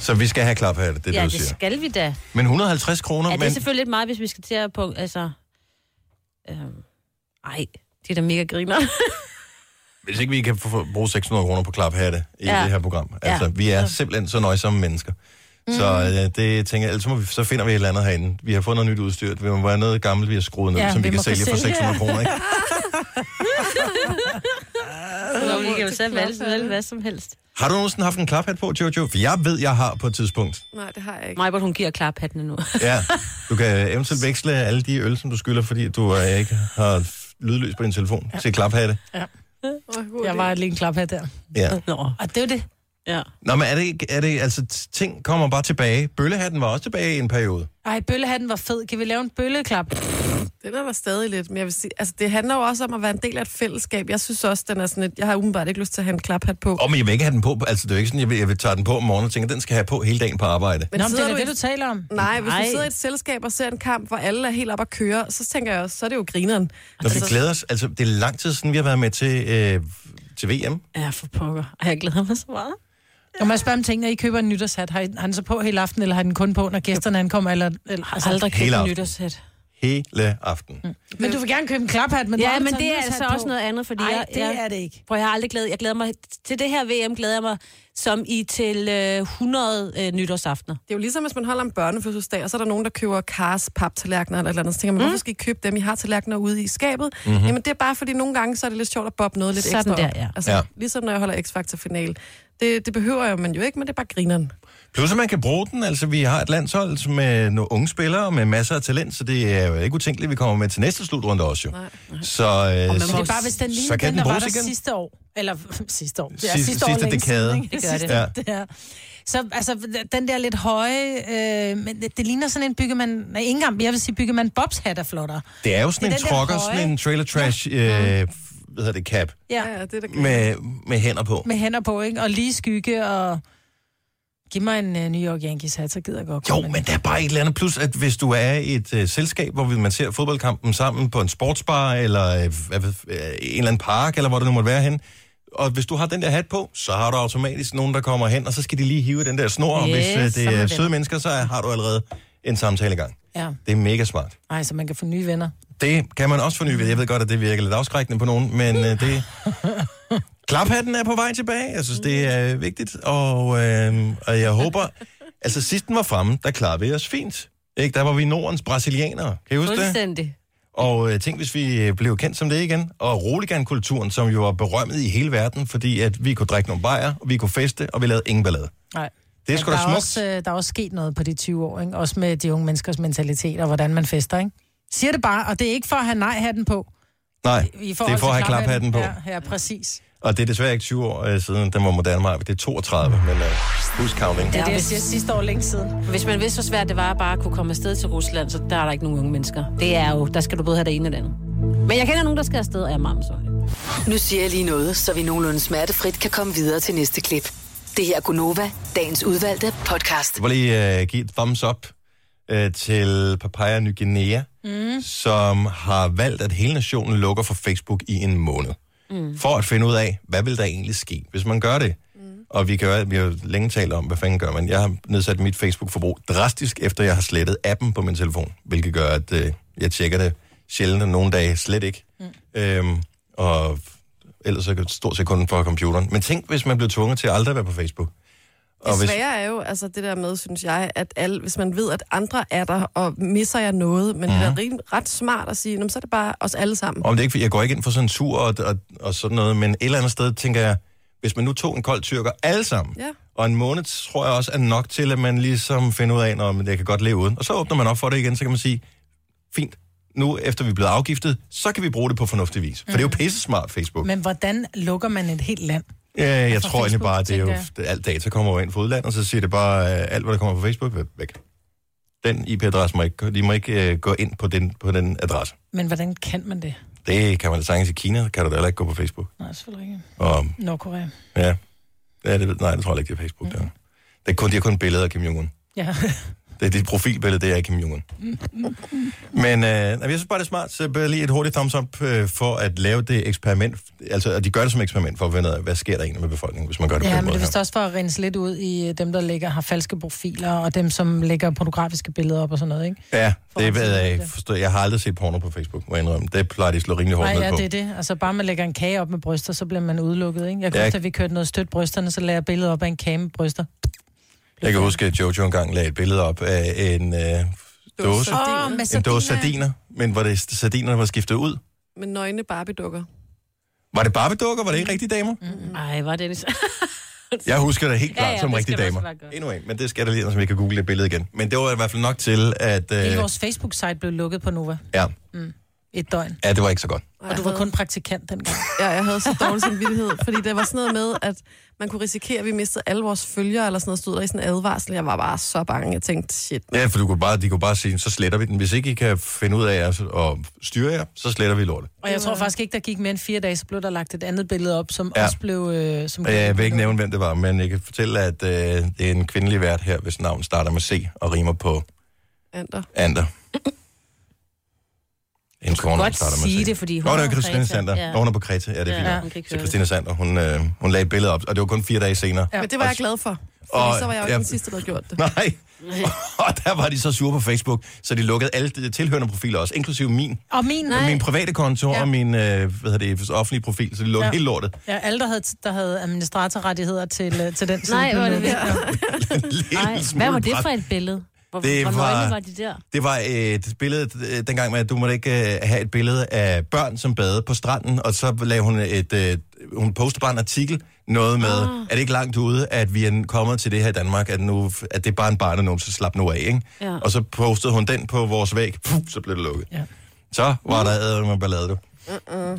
Så vi skal have klaphat, det er Ja, det, du det siger. skal vi da. Men 150 kroner, Ja, det er men selvfølgelig lidt meget, hvis vi skal til at på... Altså, øh, ej, det er da mega griner. hvis ikke vi kan få, få- bruge 600 kroner på klaphatte i ja. Ja. det her program. Altså, ja. Ja. vi er Så- simpelthen så nøjsomme mennesker. Mm. Så øh, det tænker jeg, ellers så, må vi, så finder vi et eller andet herinde. Vi har fået noget nyt udstyr, vi må være noget gammelt, vi har skruet ned, ja, Ja, som vi, kan vi må sælge for kunne sælge. 600 kroner, ikke? Nå, vi kan jo selv valge, valge hvad som helst. Har du nogensinde haft en klaphat på, Jojo? For jeg ved, jeg har på et tidspunkt. Nej, det har jeg ikke. Majbert, hun giver klaphattene nu. Ja, du kan eventuelt veksle alle de øl, som du skylder, fordi du øh, ikke har lydløs på din telefon, til klaphatte. Åh, god Jeg idé. var lige en klaphat der. Ja. Nå. Og det er jo det. Ja. Nå, men er det, ikke- er det, altså t- ting kommer bare tilbage. Bøllehatten var også tilbage i en periode. Ej, bøllehatten var fed. Kan vi lave en bølleklap? Den er der stadig lidt, men jeg vil sige, altså det handler jo også om at være en del af et fællesskab. Jeg synes også, den er sådan et, jeg har umiddelbart ikke lyst til at have en klaphat på. Åh, men jeg vil ikke have den på. Altså, det er jo ikke sådan, jeg vil, jeg vil tage den på om morgenen og tænke, den skal jeg have på hele dagen på arbejde. Men Nå, men det sidder er da du det, i- du taler om. Nej, hvis Nej. du sidder i et selskab og ser en kamp, hvor alle er helt op at køre, så tænker jeg også, så er det jo grineren. Når vi glæder os, altså det er lang tid siden, vi har været med til, øh, til VM. Ja, for pokker. Ej, jeg glæder mig så meget. Og må jeg spørge om ting, når I køber en nytårshat, har I har den så på hele aften, eller har I den kun på, når gæsterne ankommer? Eller, eller, Jeg har Altså, aldrig Hele købt en aften. nytårshæt. Hele aften. Mm. Men du vil gerne købe en klaphat, men du har Ja, aldrig men taget det er en altså nytårshat også på. noget andet, fordi Ej, jeg, det jeg, er det ikke. Prøv, jeg har aldrig glædet. Jeg glæder mig til det her VM, glæder jeg mig som i til øh, 100 øh, nytårsaftener. Det er jo ligesom, hvis man holder en børnefødselsdag, og så er der nogen, der køber Cars paptallerkener eller et eller andet. Så tænker man, hvorfor skal I købe dem? I har tallerkener ude i skabet. Mm-hmm. Jamen, det er bare, fordi nogle gange, så er det lidt sjovt at boppe noget lidt Sådan ekstra der, op. ja. Altså, Ja. Ligesom når jeg holder X-Factor-final. Det, det behøver jeg, man jo ikke, men det er bare grineren. Plus at man kan bruge den. Altså, vi har et landshold med nogle unge spillere med masser af talent, så det er jo ikke utænkeligt, at vi kommer med til næste slutrunde også jo. Nej, nej. Så, øh, Men det er bare, hvis den så ligner kan den den, der var bruges der igen. sidste år. Eller sidste år. Det er Sidste- sidste, år sidste længe dekade. siden, ikke? Det gør det. Sidste- det er. Så altså, den der lidt høje... Øh, men det, det ligner sådan en byggemand... Nej, ikke engang, jeg vil sige byggemand Bobs hat er flottere. Det er jo sådan Det det en er den der trokker, høje. sådan en trailer trash, ja. øh, hvad hedder det, cap, Ja, Ja, ja det er da grineren. med, med hænder på. med hænder på, ikke? Og lige skygge og... Giv mig en øh, New York Yankees hat, så gider jeg godt. Jo, købe men der er bare et eller andet plus, at hvis du er i et øh, selskab, hvor man ser fodboldkampen sammen på en sportsbar, eller øh, hvad ved, øh, en eller anden park, eller hvor det nu måtte være hen, og hvis du har den der hat på, så har du automatisk nogen, der kommer hen, og så skal de lige hive den der snor, og Yes, hvis øh, sådan det er er det. søde mennesker, så har du allerede en samtale i gang. Ja. Det er mega smart. Ej, så man kan få nye venner. Det kan man også forny ved. Jeg ved godt, at det virker lidt afskrækkende på nogen, men øh, det... Klaphatten er på vej tilbage. Jeg synes, det er øh, vigtigt, og, øh, og jeg håber... Altså, sidst den var fremme, der klarede vi os fint. Ikke? Der var vi Nordens brasilianere. Kan I huske det? Fuldstændig. Og øh, tænk, hvis vi øh, blev kendt som det igen. Og roligan-kulturen, som jo var berømmet i hele verden, fordi at vi kunne drikke nogle bajer, og vi kunne feste, og vi lavede ingen ballade. Nej. Det er Men sgu der da er smukt. Også, øh, der er også sket noget på de 20 år, ikke? også med de unge menneskers mentalitet og hvordan man fester. Ikke? Siger det bare, og det er ikke for at have nej-hatten på. Nej, I det er for at have klaphatten på. Ja, ja, præcis. Og det er desværre ikke 20 år øh, siden, den var moderne mig. Det er 32, men øh, husk counting. Det er Ja, det, jeg hvis- siger sidste år længe siden. Hvis man vidste, hvor svært det var at bare kunne komme afsted til Rusland, så der er der ikke nogen unge mennesker. Det er jo, der skal du både have det ene og det andet. Men jeg kender nogen, der skal afsted, og jeg er meget sorry. Nu siger jeg lige noget, så vi nogenlunde smertefrit kan komme videre til næste klip. Det her er Gunova, dagens udvalgte podcast. Jeg vil lige uh, give et thumbs up uh, til Papaya Ny Guinea, mm. som har valgt, at hele nationen lukker for Facebook i en måned. Mm. For at finde ud af, hvad vil der egentlig ske, hvis man gør det. Mm. Og vi, gør, vi har jo længe talt om, hvad fanden gør man. Jeg har nedsat mit Facebook-forbrug drastisk, efter jeg har slettet appen på min telefon, hvilket gør, at uh, jeg tjekker det sjældent, og nogle dage slet ikke. Mm. Øhm, og ellers er det stort set kun for computeren. Men tænk, hvis man blev tvunget til aldrig at være på Facebook. Det svære er jo altså det der med, synes jeg, at alle, hvis man ved, at andre er der, og misser jeg noget, men det er rim, ret smart at sige, "Nå, men så er det bare os alle sammen. Om det er ikke, fordi jeg går ikke ind for censur og, og, og sådan noget, men et eller andet sted tænker jeg, hvis man nu tog en kold tyrker alle sammen, Ja. og en måned tror jeg også er nok til, at man ligesom finder ud af, at jeg kan godt leve uden. Og så åbner man op for det igen, så kan man sige, fint, nu efter vi er blevet afgiftet, så kan vi bruge det på fornuftig vis. For det er jo pisse smart, Facebook. Men, Mm. Men hvordan lukker man et helt land? øh, jeg for tror egentlig Facebook, bare, at det er jo, tænker jeg. det- alt data kommer jo ind fra udlandet, og så siger det bare, øh, alt hvad der kommer fra Facebook, væk. Den IP-adresse må ikke, de må ikke øh, gå ind på den, på den adresse. Men hvordan kan man det? Det kan man da sagtens i Kina, kan du da heller ikke gå på Facebook. Nej, selvfølgelig ikke. Og Nordkorea. Ja. ja det, ved- nej, det tror jeg ikke, det er Facebook. Mm. Der. Det er kun, de har kun billeder af Kim Jong-un. Ja. Det er dit profilbillede, det er Kim Jong-un. Men øh, jeg synes bare, det er smart. Så bare lige et hurtigt thumbs up øh, for at lave det eksperiment. Altså, at de gør det som eksperiment for at finde ud af, hvad sker der egentlig med befolkningen, hvis man gør det på ja, den men måde det er vist her. også for at rense lidt ud i øh, dem, der ligger, har falske profiler, og dem, som lægger pornografiske billeder op og sådan noget, ikke? Ja, det at ved finde jeg ud af ikke. det. Forstå, jeg har aldrig set porno på Facebook, må jeg indrømme. Det plejer de at slå rimelig hårdt Nej, ned ja, på. det er det. Altså bare man lægger en kage op med bryster, så bliver man udelukket, ikke? Jeg kan Ja. ja. huske, at vi kørte noget stødt brysterne, så lagde jeg billedet op af en kage med bryster. Jeg kan huske, at Jojo engang lagde et billede op af en øh, dåse. Åh, med En dåse sardiner, men hvor det sardinerne var skiftet ud. Med nøgne Barbie-dukker. Var det barbedukker? Var det ikke rigtige damer? Ej, var det... Jeg husker det helt klart ja, Ja, ja, som det rigtige skal man også damer. bare gøre. Endnu en, men det skal der lige, som vi kan google det billede igen. Men det var i hvert fald nok til, at... Øh, Hele vores Facebook-site blev lukket på Nova. ja. et døgn. Ja, det var ikke så godt. Mm. Og du var kun praktikant dengang. Ja, jeg havde så dårlig samvittighed, fordi der var sådan noget med, at man kunne risikere, at vi mistede alle vores følgere, eller sådan noget, stod der i sådan en advarsel. Jeg var bare så bange. Jeg tænkte, shit. Ja, for du kunne bare, de kunne bare sige, så sletter vi den. Hvis ikke I kan finde ud af at at styre jer, så sletter vi lortet. Og jeg tror faktisk ikke, der gik mere end fire dage, så blev der lagt et andet billede op, som Ja. ja. også blev... Øh, som Og Jeg vil ikke nævne, hvem det var, men jeg kan fortælle, at øh, det er en kvindelig vært her, hvis navn starter med C og rimer på Ander. Ander. En korn, godt sige det, fordi hun hun Nå, det er er på Christina Kreta. Sander. Ja. Ja. Nå, hun er på Kreta. Ja, det er Ja, fint. hun kan ikke Så høre det. Christina Sander, hun, øh, hun lagde et billede op, og det var kun fire dage senere. Men det var jeg glad for. Fordi Og- så var jeg jo ikke ja. den sidste, der havde gjort det. Nej. og der var de så sure på Facebook, så de lukkede alle de tilhørende profiler også, inklusive min. Og min, Nej. nej. Min private konto ja. og min øh, hvad hedder det, offentlige profil, så de lukkede ja. Ja. hele lortet. Ja, alle, der havde, der havde administratorrettigheder til, øh, til den side. Nej, blev hvor er det lukket. vildt. En lille Nej, smule hvad var det brat. for et billede? Hvor, Det hvor var- nøgne var de der? Det var et billede øh, dengang med, at du måtte ikke øh, have et billede af børn, som badede på stranden, og så lavede hun et, øh, hun postede bare en artikel, noget med, ah. er det ikke langt ude, at vi er kommet til det her i Danmark, at, nu, at det er bare en barn, og nogen, så slap nu af, ikke? Ja. Og så postede hun den på vores væg, Puh, så blev det lukket. Ja. Så var der æder med ballade, du. Åh,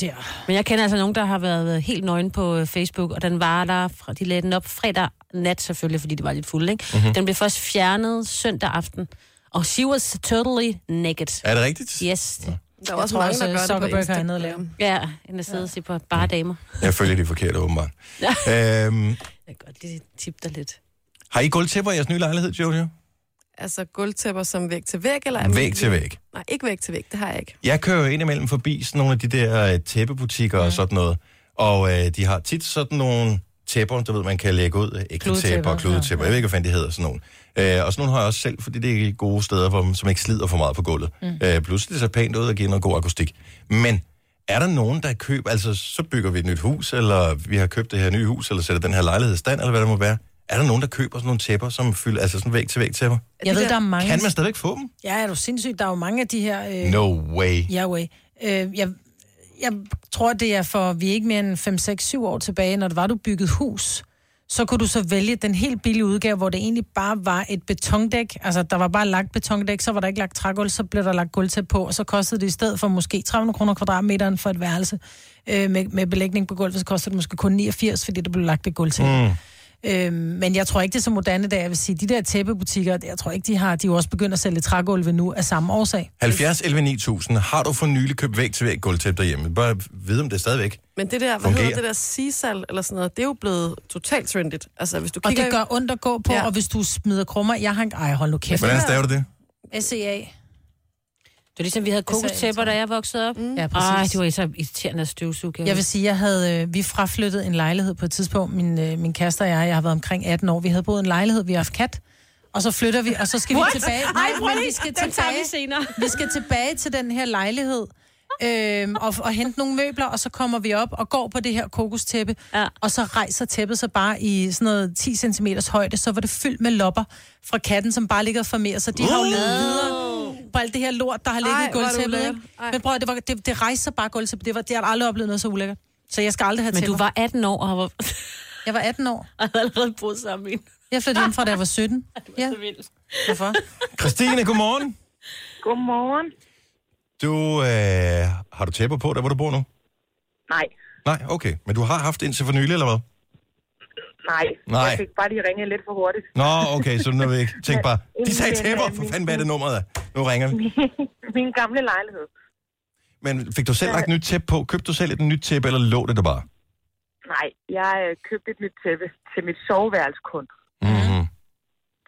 der. Men jeg kender altså nogen, der har været helt nøgen på øh, Facebook, og den var der, fra- de lagde den op fredag nat selvfølgelig, fordi det var lidt fuld, ikke? Mm-hmm. Den blev først fjernet søndag aften, og she was totally naked. Er det rigtigt? Yes. Ja, Der var også tror mange, også, der gør det på Zuckerberg har Instagram. andet at lave. ja end at sidde og se på bare damer. Jeg følger de forkerte, åbenbart. øhm, Jeg kan godt lige tippe dig lidt. har I gulvtæpper i jeres nye lejlighed, Jojo? Altså gulvtæpper som væg til væg, eller? Væg til væg. Nej, ikke væg til væg, det har jeg ikke. Jeg kører jo indimellem forbi sådan nogle af de der øh, tæppebutikker mm. og sådan noget, og øh, de har tit sådan nogle tæpper, du ved, man kan lægge ud. Ikke tæpper Kludetæpper, og kludetæpper. Ja. Jeg ved ikke, hvad fanden de hedder, sådan nogle. Øh, og sådan nogle har jeg også selv, fordi det er gode steder, hvor, man- som ikke slider for meget på gulvet. Mm. Øh, plus det ser pænt ud og giver noget god akustik. Men er der nogen, der køber, altså så bygger vi et nyt hus, eller vi har købt det her nye hus, eller sætter den her lejlighed i stand, eller hvad det må være. Er der nogen, der køber sådan nogle tæpper, som fylder, altså sådan væg til væg tæpper? Jeg de ved, der- der er mange... Kan man stadigvæk få dem? Ja, er du sindssygt? Der er jo mange af de her... Øh, No way. Yahweh. Øh, jeg, jeg tror, det er for, vi er ikke mere end 5, 6, 7 år tilbage, når det var, du byggede hus, så kunne du så vælge den helt billige udgave, hvor det egentlig bare var et betondæk. Altså, der var bare lagt betondæk, så var der ikke lagt trægulv, så blev der lagt gulvtæppe på, og så kostede det i stedet for måske 300 kroner kvadratmeteren for et værelse øh, med, med belægning på gulvet, så kostede det måske kun 89, fordi der blev lagt et gulvtæppe. Mm. Øhm, men jeg tror ikke, det er så moderne, da jeg vil sige, de der tæppebutikker, jeg tror ikke, de har, de er jo også begyndt at sælge trægulve nu af samme årsag. 70 11 9000. Har du for nylig købt væg til væg gulvtæppe derhjemme? Bare vide om det er stadigvæk. Men det der, hvad Fungerer. hedder det der sisal eller sådan noget, det er jo blevet totalt trendigt. Altså, hvis du Og kigger... det gør ondt at gå på, Ja. ja. og hvis du smider krummer, jeg har en... Ej, hold nu kæft. Hvordan staver du det? SEA. Det er ligesom, vi havde sagde jeg, kokostæpper, tror da jeg voksede op. Mm. Ja, Ej, præcis. det var så irriterende at støvsuge. Jeg vil sige, jeg havde, øh, vi fraflyttede en lejlighed på et tidspunkt, min, øh, min kæreste og jeg, jeg har været omkring 18 år, vi havde boet i en lejlighed, vi har haft kat, og så flytter vi, og så skal vi tilbage. Nej, men vi skal tilbage, senere. vi skal tilbage til den her lejlighed, øhm, og, og hente nogle møbler, og så kommer vi op og går på det her kokostæppe, Ja. og så rejser tæppet sig bare i sådan noget 10 cm højde, så var det fyldt med lopper fra katten, som bare ligger og formerer sig. De har jo levet videre på alt det her lort, der har ligget Ej, i hvor er det gulvtæppet. ulækkert. ikke? Men prøv at- det, var, det, det rejser bare gulvtæppet. Det var, det har jeg aldrig oplevet noget så ulækkert. Så jeg skal aldrig have Men tæpper. du var 18 år og var- Jeg var 18 år. og havde allerede boet sammen med en. Jeg flyttede hjemmefra, da jeg var 17. Ja, hvorfor? Christine, godmorgen. Godmorgen. Du, øh, har du tæpper på, der hvor du bor nu? Nej, Nej, okay. Men du har haft indtil for nylig, eller hvad? nej. Nej. Jeg fik bare lige ringet lidt for hurtigt. Nå, okay, så nu ved jeg ikke. Tænk bare, Jamen, de sagde men, tæpper. øh, For min- fanden, hvad er det nummeret er? Nu ringer vi. Min gamle lejlighed. Men fik du selv lagt nyt tæppe på? Købte du selv et nyt tæppe, eller lå det der bare? Nej, jeg øh, købte et nyt tæppe til mit soveværelse kun. Mm-hmm.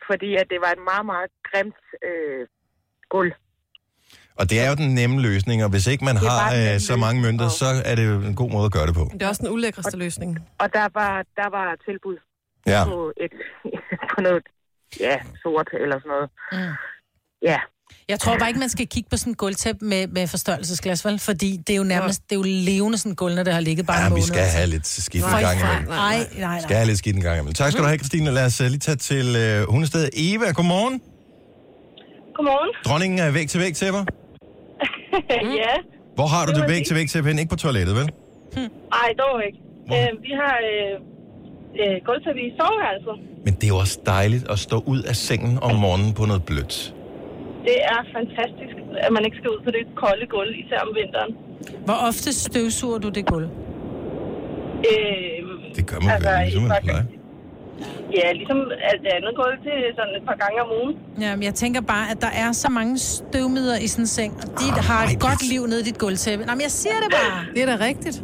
Fordi at det var et meget, meget grimt øh, gulv. Og det er jo den nemme løsning, og hvis ikke man er har bare den nemme øh, så mange mønter, løsning, så er det jo en god måde at gøre det på. Det er også den ulækreste løsning. Og der var, der var tilbud Ja. på, et, på noget ja, sort eller sådan noget. Mm. Ja, Jeg tror bare ikke, man skal kigge på sådan en gulvtæppe med, med forstørrelsesglas, vel? Fordi det er jo nærmest, det er jo levende sådan gulv, når det har ligget bare Ja, en vi måned. skal have lidt skidt i Føj, gang fej. imellem. Nej, nej, Skal nej. jeg lidt skidt en gang imellem. Tak skal du have, Christine. Lad os øh, lige tage til øh, hundestedet. Eva, godmorgen. Godmorgen. Dronningen er væk til væk tæpper. ja. Hvor har du Det det var væk det. til væk tæppe hen? Ikke på toilettet, vel? Ej, dog ikke. Hvorfor? Øh, vi har øh, øh, gulvtæppe i soveværelset. Men det er jo også dejligt at stå ud af sengen om morgenen på noget blødt. Det er fantastisk. at man ikke skal ud på det kolde gulv, især om vinteren. Hvor ofte støvsuger du det gulv? Øh, Det gør man vel, ligesom man plejer. ja, ligesom alt det andet gulv til sådan et par gange om ugen. Jamen, jeg tænker bare, at der er så mange støvmider i sådan en seng, og Ah, de har et godt liv nede i dit gulvtæppe. Nej, men jeg siger det bare. Det er da rigtigt.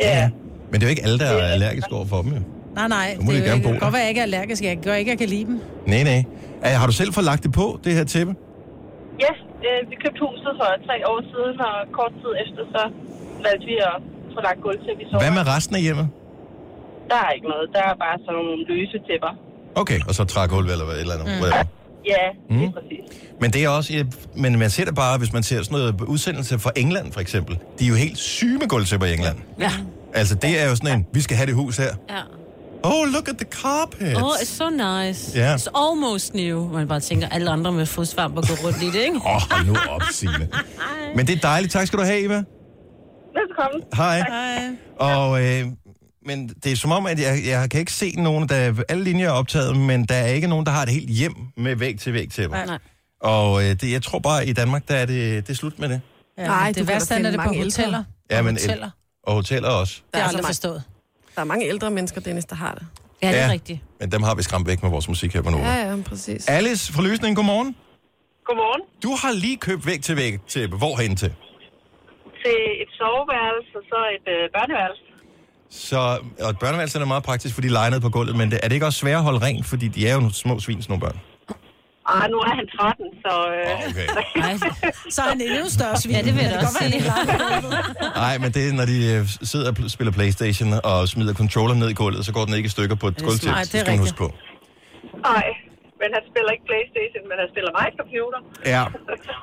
Ja. Men det er jo ikke alle, der er allergiske over for dem, jo. Nej, nej, Så må de det er jo gerne ikke, bo det kan der. godt være, jeg ikke er allergisk. Jeg gør ikke, jeg kan lide dem. Altså, Nej, nej. Øh, Har du selv fået lagt det på, det her tæppe? Ja, øh, vi købte huset for tre år siden, og kort tid efter, så valgte vi at få lagt gulv til, vi sover. Hvad med resten af hjemmet? Der er ikke noget. Der er bare sådan nogle løse tæpper. Okay, og så trægulv eller hvad, et eller andet. Mm. whatever. Ja, Mm. Men det er også, ja, men man ser det bare, hvis man ser sådan noget udsendelse fra England for eksempel. De er jo helt syge med gulvtæpper i England. Ja. Altså, det er jo sådan en, vi skal have det hus her. Ja. Oh, look at the carpet. Oh, it's so nice. Ja. It's almost new. Man bare tænker, alle andre med fodsvamp og gå rundt i det, ikke? Åh, oh, hold nu op, Signe. Men det er dejligt. Tak skal du have, Eva. Velkommen. Hej. Hej. Og, øh, men det er som om, at jeg, jeg kan ikke se nogen, der alle linjer er optaget, men der er ikke nogen, der har et helt hjem med væg til væg til mig. Nej. Og øh, det, jeg tror bare, i Danmark, der er det, det er slut med det. Ja, Nej, men du det kan værste da er, når det finde er på mange ældre. hoteller. Ja, På men- hoteller. Og hoteller også. Det har jeg altså aldrig mange- forstået. Der er mange ældre mennesker, Dennis, der har det. Ja, det er Ja. rigtigt. Men dem har vi skræmt væk med vores musik her på Nova. Ja, Ja. ja, præcis. Alice fra Løsningen, godmorgen. Godmorgen Du har lige købt væg til væg til hvorhen til? til et soveværelse og så et øh, børneværelse. Så, og et børneværelse er meget praktisk, fordi de leger ned på gulvet, men det, er det ikke også svært at holde rent, fordi de er jo nogle små svin, sådan nogle børn? Ah, nu er han 13, så... Øh, Åh, Okay. Ej. Så er han endnu større svin. Ja, det vil jeg Men da kan også godt være, sige. han ikke leger. Nej, men det er, når de øh, sidder og pl- spiller Playstation og smider controller ned i gulvet, så går den ikke i stykker på et det er gulvtæppe. smart. Det Ej, det er skal man huske rigtigt. på. Nej, men han spiller ikke Playstation, men han spiller mig computer. Ja.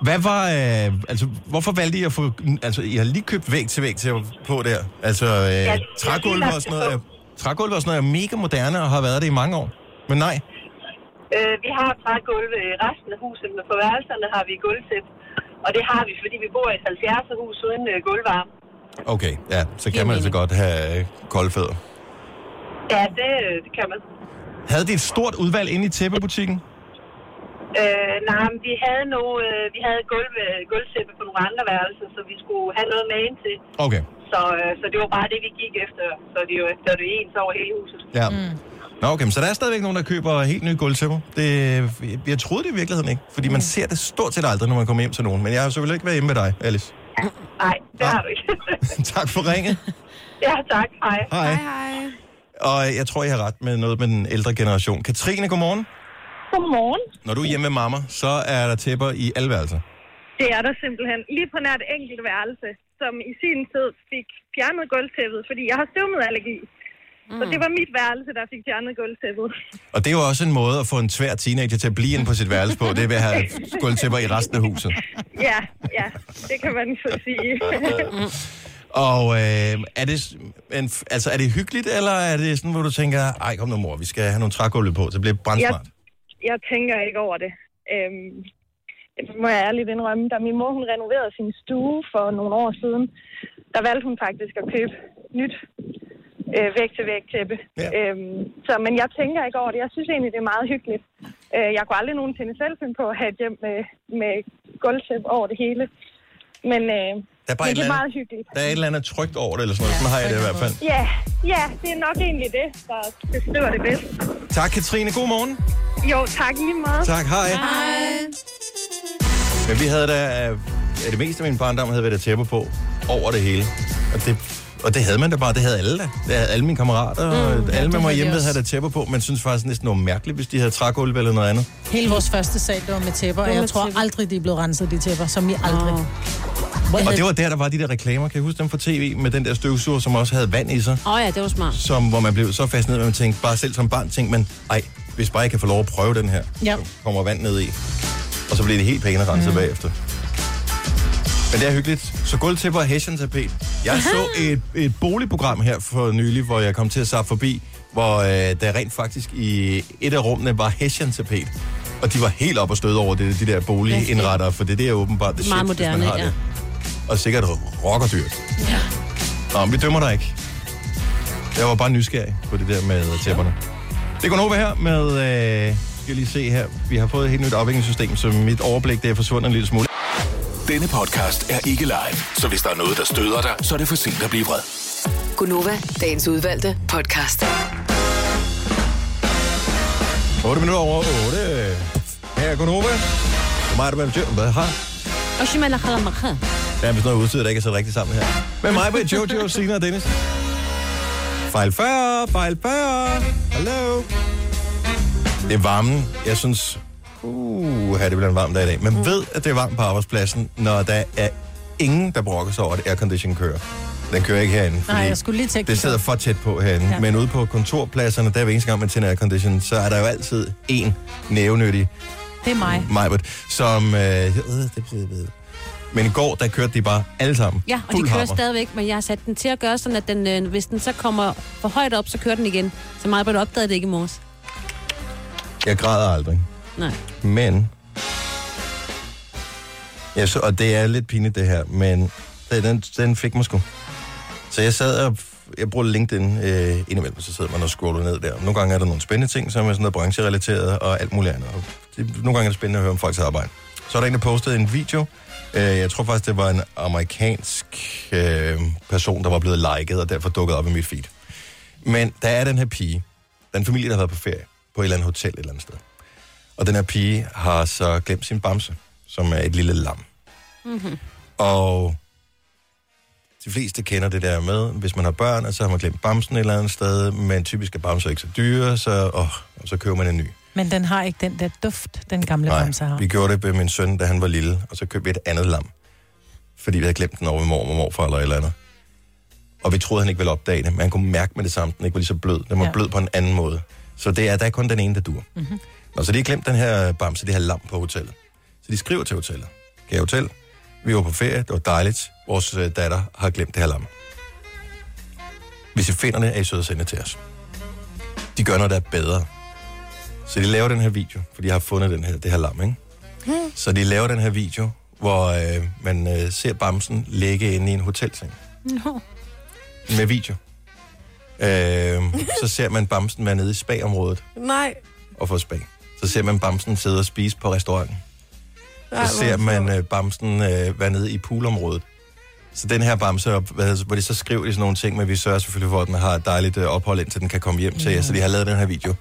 Hvad var, øh, altså, hvorfor valgte I at få, altså, I har lige købt væg til væg til på der. Altså, jeg har øh, lige trægulve lagt og sådan det noget, er, trægulve og sådan noget er mega moderne og har været det i mange år. Men nej, Øh, vi har trægulve i resten af huset, men på værelserne har vi gulvtæp. Og det har vi, fordi vi bor i et 70'er-hus uden øh, gulvvarme. okay, ja, så kan man altså godt have øh, kolde fødder. Ja, det, øh, det kan man. Havde de et stort udvalg inde i tæppebutikken? Øh, nej, men vi havde, nogle, øh, vi havde gulv, øh, gulvtæppe på nogle andre værelser, så vi skulle have noget med ind til. Okay, Så, øh, så det var bare det, vi gik efter. Så det er jo efter det ens over hele huset. ja. Mm. Nå, okay, men så der er stadigvæk nogen, der køber helt nye gulvtæpper. Det, jeg- jeg troede det i virkeligheden ikke, fordi Mm. man ser det stort set aldrig, når man kommer hjem til nogen. Men jeg har selvfølgelig ikke været hjemme med dig, Alice. Nej, det Nej. har du ikke. tak for ringet. ja, tak. Hej. Hej. Hej. Og jeg tror, jeg har ret med noget med den ældre generation. Katrine, godmorgen. Godmorgen. Når du er hjemme med mamma, så er der tæpper i alle værelser. Det er der simpelthen. Lige på nær et enkelt værelse, som i sin tid fik fjernet gulvtæppet, fordi jeg har støvmedallergi. Mm. Så det var mit værelse, der fik fjernet gulvtæppet. Og det er jo også en måde at få en svær teenager til at blive inde på sit værelse på. Det er ved at have gulvtæpper i resten af huset. ja, ja, det kan man så sige. Og øh, er, det, s- men, f- altså, er det hyggeligt, eller er det sådan, hvor du tænker, ej kom nu mor, vi skal have nogle trægulve på, så bliver det brandsmart. jeg tænker ikke over det. Øhm, det må jeg ærligt indrømme. Da min mor hun renoverede sin stue for nogle år siden, der valgte hun faktisk at købe nyt øh, væk til væk tæppe. Ja. Øhm, så, men jeg tænker ikke over det. Jeg synes egentlig, det er meget hyggeligt. Øh, jeg kunne aldrig nogensinde selv finde på at have et hjem med, med gulvtæppe over det hele. Men, øh, Der er bare et eller men det er andet- meget hyggeligt. Der er et eller andet trygt over det, eller sådan noget. Sådan har jeg det i hvert fald. Ja, ja, det er nok egentlig det, der beskriver det bedst. Tak, Katrine. God morgen. Jo, tak lige meget. Tak, hej. Hej. Men vi havde da... øh, Ja, det meste af min barndom havde været der tæpper på over det hele. Og det, og det havde man da bare. Det havde alle da. Det havde alle mine kammerater. Mm, og alle med mig havde hjemme de også. havde der tæpper på. Man synes faktisk næsten det var mærkeligt, hvis de havde trægulv eller noget andet. Hele vores første sal, det var med tæpper, og var jeg med tror tæpper. aldrig, de er blevet renset, de tæpper, som I aldrig. Åh. Hvor Og hed- det var der, der var de der reklamer. Kan I huske dem fra tv med den der støvsuger, som også havde vand i sig? Åh oh, ja, det var smart. Som, hvor man blev så fascineret, at man tænkte, bare selv som barn tænkte man, ej, hvis bare jeg kan få lov at prøve den her, Ja. så kommer vand ned i. Og så bliver det helt pænt renset mm. bagefter. Men det er hyggeligt. Så gulvtæpper og hessian-tapet. Jeg så et, et boligprogram her for nylig, hvor jeg kom til at sappe forbi, hvor øh, der rent faktisk i et af rummene var hessian-tapet. Og de var helt op og støde over det, de der boligindrettere, for det, det er åbenbart det shit, Meget hvis moderne, man har ja. det. Og sikkert rockerdyrt. Ja. Nå, men vi dømmer dig ikke. Jeg var bare nysgerrig på det der med tæpperne. Det går over her med... Øh, skal jeg lige se her. Vi har fået et helt nyt opviklingssystem, så mit overblik det er forsvundet en lille smule. Denne podcast er ikke live, så hvis der er noget, der støder dig, så er det for sent at blive vred. Gunova, dagens udvalgte podcast. 8 minutter over 8. Her er Gunova. Hvor meget er det, Hvad har? Og så man har Der er vist noget udstyr, der ikke er så rigtigt sammen her. Med mig, med Jojo, Sina og Dennis. Fejl 40, fejl 40. Hallo. Det er varmen. Jeg synes, uh, det bliver en varm dag i dag. Mm. Man ved, at det er varmt på arbejdspladsen, når der er ingen, der brokker sig over, at aircondition kører. Den kører ikke herinde, fordi Nej, jeg skulle lige tænke det sidder for tæt på herinde. Ja. Ja. Men ude på kontorpladserne, der er hver eneste gang, man tænder aircondition, så er der jo altid en nævnyttig Det er mig. Majbert, som... Øh, øh, det bliver ved. Men i går, der kørte de bare alle sammen. Ja, og Fuld de kører hammer. stadigvæk, men jeg har sat den til at gøre sådan, at den, øh, hvis den så kommer for højt op, så kører den igen. Så meget på opdagede det ikke i morges. Jeg græder aldrig. Nej. Men... Ja, så, og det er lidt pinligt, det her, men det- den, den fik mig sgu. Så jeg sad og... Jeg bruger LinkedIn øh, indimellem, så sidder man og scroller ned der. Nogle gange er der nogle spændende ting, som er sådan noget brancherelateret og alt muligt andet. Og Det, nogle gange er det spændende at høre om folks arbejde. Så er der en, der postede en video. Øh, jeg tror faktisk, det var en amerikansk øh, person, der var blevet liket, og derfor dukket op i mit feed. Men der er den her pige, den familie, der har været på ferie, på et eller andet hotel et eller andet sted. Og den her pige har så glemt sin bamse, som er et lille lam. Mm-hmm. Og de fleste kender det der med, hvis man har børn, og så har man glemt bamsen et eller andet sted, men typisk er bamser ikke så dyre, så, åh, og så køber man en ny. Men den har ikke den der duft, den gamle Nej, bamse har. Vi gjorde det med min søn, da han var lille, og så købte vi et andet lam. Fordi vi havde glemt den over ved mormor, morfar eller et eller andet. Og vi troede, han ikke ville opdage det, men han kunne mærke med det samme, den ikke var lige så blød. Den var ja. Ja. blød på en anden måde. Så det er, der er kun den ene, der dur. Mhm. Mm-hmm. Nå, så de har glemt den her bamse, det her lam på hotellet. Så de skriver til hotellet. Kære hotel, vi var på ferie, det var dejligt. Vores øh, datter har glemt det her lam. Hvis I finder det, er I søde at sende det til os. De gør noget, der er bedre. Så de laver den her video, for de har fundet den her, det her lam, ikke? Så de laver den her video, hvor øh, man øh, ser bamsen ligge inde i en hotelseng. Nå. Med video. Øh, så ser man bamsen være nede i spagområdet Nej. og få spag. Så ser man bamsen sidde og spise på restauranten. Ej, Så ser man øh, bamsen øh, være nede i poolområdet. Så den her bamse, op, hvad hedder- hvor de så skriver de sådan nogle ting, men vi sørger selvfølgelig for, at den har et dejligt øh, ophold, indtil den kan komme hjem til jer. Så de har lavet den her video.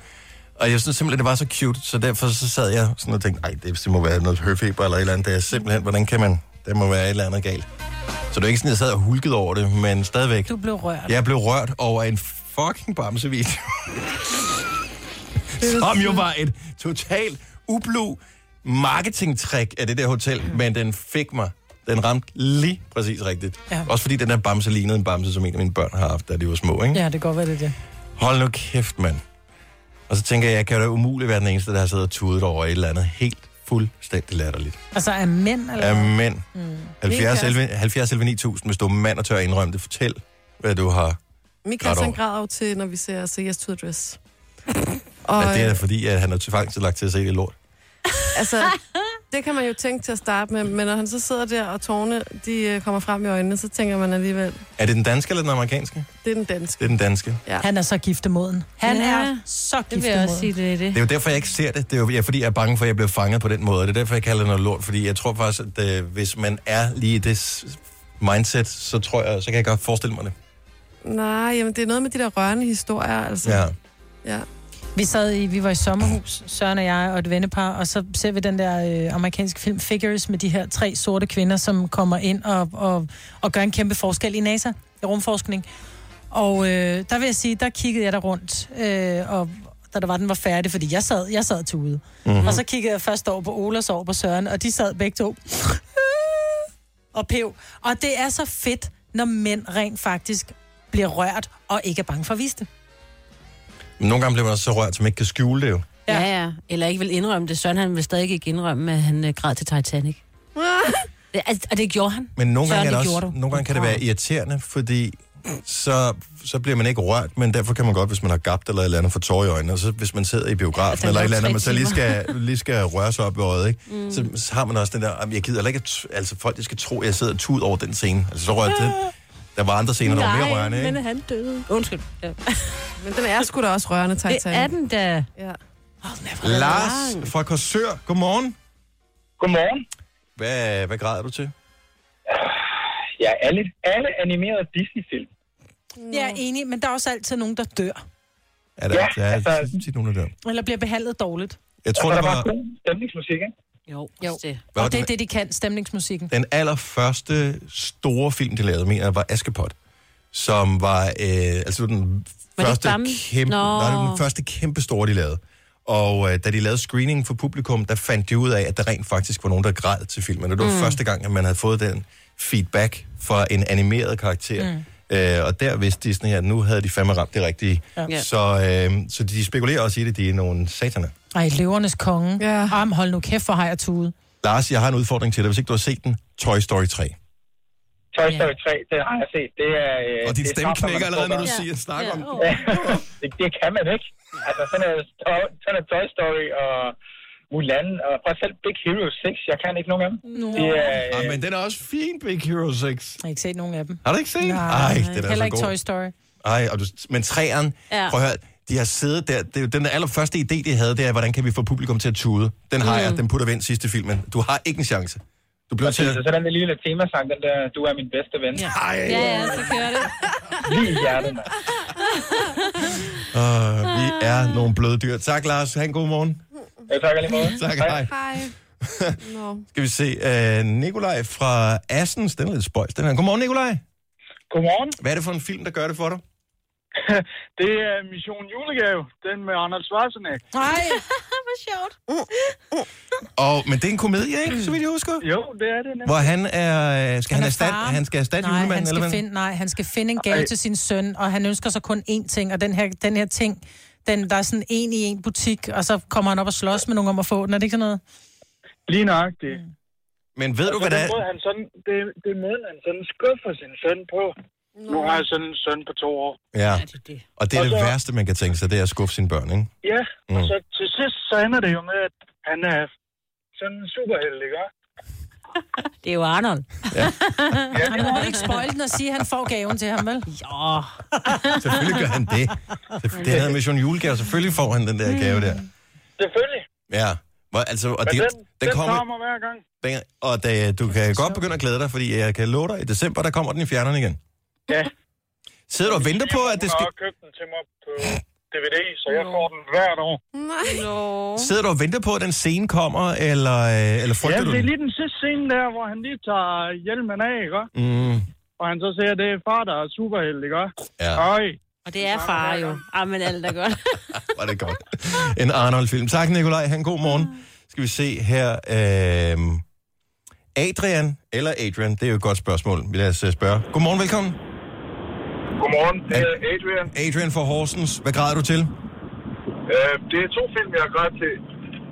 Og jeg synes simpelthen, det var så cute, så derfor så sad jeg sådan og tænkte, nej, det det må være noget høfeber eller et eller andet. Det er simpelthen, hvordan kan man? Det må være et eller andet galt. Så det var ikke sådan, jeg sad og hulkede over det, men stadigvæk. Du blev rørt. Jeg blev rørt over en fucking bamsevideo. som jo var et totalt ublu marketingtrick af det der hotel, men den fik mig. Den ramte lige præcis rigtigt. Ja. Også fordi den der bamse lignede en bamse, som en af mine børn har haft, da de var små, ikke? Ja, det kan godt være, det er det. Hold nu kæft, mand. Og så tænker jeg, jeg kan jo da umuligt være den eneste, der har siddet og tudet over et eller andet helt fuldstændig latterligt. Altså, er mænd eller... Af mænd. Mm. 70 11, 70 11 9000, hvis du er mand og tør at indrømme det, fortæl, hvad du har. Michael, Ret han over. græder jo til, når vi ser Se Yes to the Dress. Og, Og, at det er da fordi, at han er tilfangset lagt til at se det lort. Altså, det kan man jo tænke til at starte med, men når han så sidder der, og tårne, de øh, kommer frem i øjnene, så tænker man alligevel, Er det den danske eller den amerikanske? det er den danske. Det er den danske. Ja. Han er så giftemoden. Han Ja, ja, er så Det giftemoden. vil jeg også sige, det er det. Det er jo derfor, jeg ikke ser det. Det er jo ja, fordi, jeg er bange for, at jeg bliver fanget på den måde. Og det er derfor, jeg kalder det noget lort. Fordi jeg tror faktisk, at øh, hvis man er lige i det s- mindset, så tror jeg, så kan jeg godt forestille mig det. Nej, jamen det er noget med de der rørende historier, altså. Ja. ja. Vi sad i, vi var i sommerhus, Søren og jeg og et vennepar, og så ser vi den der øh, amerikanske film Figures med de her tre sorte kvinder, som kommer ind og, og, og gør en kæmpe forskel i NASA, i rumforskning. Og øh, der vil jeg sige, der kiggede jeg der rundt, øh, og da der var, den var færdig, fordi jeg sad, jeg sad til ude. Mhm. Mm-hmm. Og så kiggede jeg først over på Ola, så over på Søren, og de sad begge to og pev. Og det er så fedt, når mænd rent faktisk bliver rørt og ikke er bange for at vise det. Men nogle gange bliver man også så rørt, som ikke kan skjule det jo. Ja. ja, ja. Eller ikke vil indrømme det. Søren, han vil stadig ikke indrømme, at han øh, græd til Titanic. Det, altså, og det gjorde han. Men nogle Søren, gange, er det det gjorde også, du. nogle gange kan det være irriterende, fordi så, så bliver man ikke rørt, men derfor kan man godt, hvis man har gabt eller et eller andet for tår i øjnene, og så hvis man sidder i biografen Ja, ja, der går eller et eller andet, tre man så lige timer. skal, lige skal røre sig op i øjet, ikke? Mm. Mm. Så, så har man også den der, "Jamen, jeg gider heller ikke, at- altså folk de skal tro, at jeg sidder og tud over den scene. Altså så rørte det. Der var andre scener, der var mere rørende, ikke? men han døde. Undskyld. Ja. Men den er sgu da også rørende, Titanic. Det er den da. Ja. Lars fra Korsør, godmorgen. Godmorgen. Hvad, hvad græder du til? Ja, alle, alle animerede Disney-film. Jeg er enig, men der er også altid nogen, der dør. Er der, ja, der er altså, tit nogen, der dør. Eller bliver behandlet dårligt. Jeg Altså, tror, det var... Stemningsmusik, ikke? Jo, jo. Det. Og det er det, de kan, stemningsmusikken. Den allerførste store film, de lavede, mener jeg, var Askepot. Som var, øh, altså den Var det første, Bamse? kæmpe, Nå. nej, det var den første kæmpe store, de lavede. Og øh, da de lavede screening for publikum, der fandt de ud af, at der rent faktisk var nogen, der græd til filmen. Og det var Mm. mm. første gang, at man havde fået den feedback fra en animeret karakter. Mm. Øh, og der vidste Disney, at nu havde de fandme ramt det rigtige. Ja. Ja. Så, øh, så de spekulerer også i det, de er nogle sataner. Ej, løvernes konge. Ja. Arm, hold nu kæft, for har jeg tude. Lars, jeg har en udfordring til dig, hvis ikke du har set den. Toy Story 3. Toy Story 3, den har jeg set. Det er, øh, Og din det er stemme sjovt, knækker man allerede, står når du der. siger- snakker om Ja, det, det kan man ikke. Altså, sådan er, sådan er Toy Story og Mulan, og prøv selv Big Hero 6, jeg kan ikke nogen af dem. No. Det er, øh... men den er også fin, Big Hero 6. Jeg har ikke set nogen af dem. Har du ikke set? Ej, den er Heller så ikke god. Toy Story. Ej, og du, men træeren, Ja. ja. prøv at høre, de har siddet der, det, er jo den allerførste idé, de havde, det er, hvordan kan vi få publikum til at tude? Den har mm. jeg, den putter vi ind sidst i filmen. Du har ikke en chance. Du bliver til Præcis, at... og så den der lille temasang, den der, du er min bedste ven. Ej. Ja, ja, så kører det. Lige i hjertet, mand. Uh, vi er nogle bløde dyr. Tak, Lars. Ha' en god morgen. Ja, tak alligevel. Tak, hej. Hej. Nå. Skal vi se, uh, Nikolaj fra Assens, den er lidt spøjs, den her. Godmorgen, Nikolaj. Godmorgen. Hvad er det for en film, der gør det for dig? Det er Mission Julegave, den med Arnold Schwarzenegger. Nej, hvor sjovt. Og, men det er en komedie, ikke? Så vidt jeg husker. Jo, det er det. Hvor han er... øh, Skal han, han, erstatte, faren. han skal erstatte nej, julemanden, han eller skal hvad? finde, Nej, han skal finde en gave Ej. Ej. til sin søn, og han ønsker sig kun én ting, og den her, den her ting, den, der er sådan en i en butik, og så kommer han op og slås med nogen om at få den. Er det ikke sådan noget? Lige Mm. nøjagtigt. Men ved du, Og så hvad det den er? måde, han sådan, det, det er måden, han sådan skuffer sin søn på. Nu har jeg sådan en søn på to år. Ja. Og det er Og det så- værste, man kan tænke sig, det er at skuffe sine børn, ikke? Ja, og Mm. så til sidst, så ender det jo med, at han er sådan en superheld, ikke? Det er jo Arnold. Ja. Han må ikke spoil den og sige, at han får gaven til ham, vel? Jo. Selvfølgelig gør han det. Det- Det havde Mission Julegave. Selvfølgelig får han den der gave der. Selvfølgelig. Ja. Hvor, altså, og Men det, den, den kommer, kommer hver gang. den, og da, du kan godt begynde at glæde dig, fordi jeg kan love dig, i december, der kommer den i fjerneren igen. Ja. Sidder du og venter på, at det skal... Jeg har købt den til mig på DVD, så jeg får den hvert år. Nej. No. Sidder du og venter på, at den scene kommer, eller, øh, eller Ja, frygter du det er den? lige den sidste scene der, hvor han lige tager hjelmen af, ikke? Mm. Og han så siger, at det er far, der er superheld, ikke? Ja. Øj. Og det er far jo. Ah, men alt er godt. Var det godt. En Arnold-film. Tak, Nikolaj. Han god morgen. Skal vi se her. Øh, Adrian eller Adrian? Det er jo et godt spørgsmål. Vi lader os øh, spørge. Godmorgen, velkommen. Godmorgen, det er Adrian. Adrian fra Horsens. Hvad græder du til? Øh, det er to film, jeg har grædt til.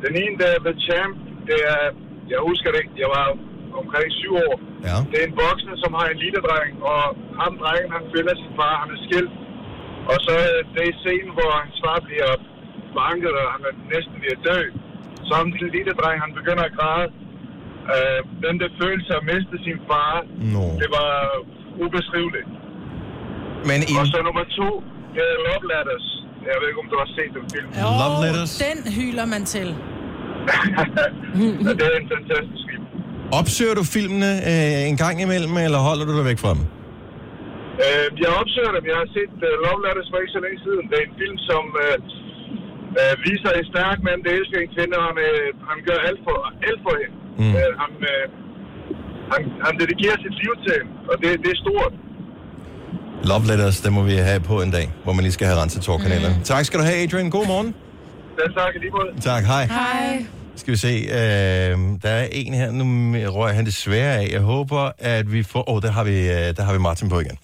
Den ene, der er The Champ, det er, jeg husker det, jeg var omkring syv år. Ja. Det er en voksen, som har en lille dreng, og ham drengen, han følger sin far, han er skilt. Og så øh, det er scenen, hvor hans far bliver banket, og han er næsten ved at dø. Så ham, den lille dreng, han begynder at græde. Øh, den der følelse at miste sin far, no. det var ubeskriveligt. Men i... Og så nummer to, det er Love Letters. Jeg ved ikke, om du har set den film. Åh, Den hyler man til. Ja, det er en fantastisk film. Opsøger du filmene øh, en gang imellem, eller holder du dig væk fra dem? Øh, jeg opsøger dem. Jeg har set uh, Love Letters for ikke så længe siden. Det er en film, som øh, øh, viser en stærk mand, der elsker en kvinde, og han, øh, han gør alt for, alt for hende. Mm. Øh, han, øh, han, han dedikerer sit liv til hende, og det, det er stort. Love Letters, det må vi have på en dag, hvor man lige skal have renset tårkanalerne. Mm. Tak skal du have, Adrian. God morgen. Den tak i lige måde. Tak, hej. Hej. Skal vi se, øh, der er en her, nu rører han desværre af. Jeg håber, at vi får... Åh, oh, der, har vi, øh, der har vi Martin på igen.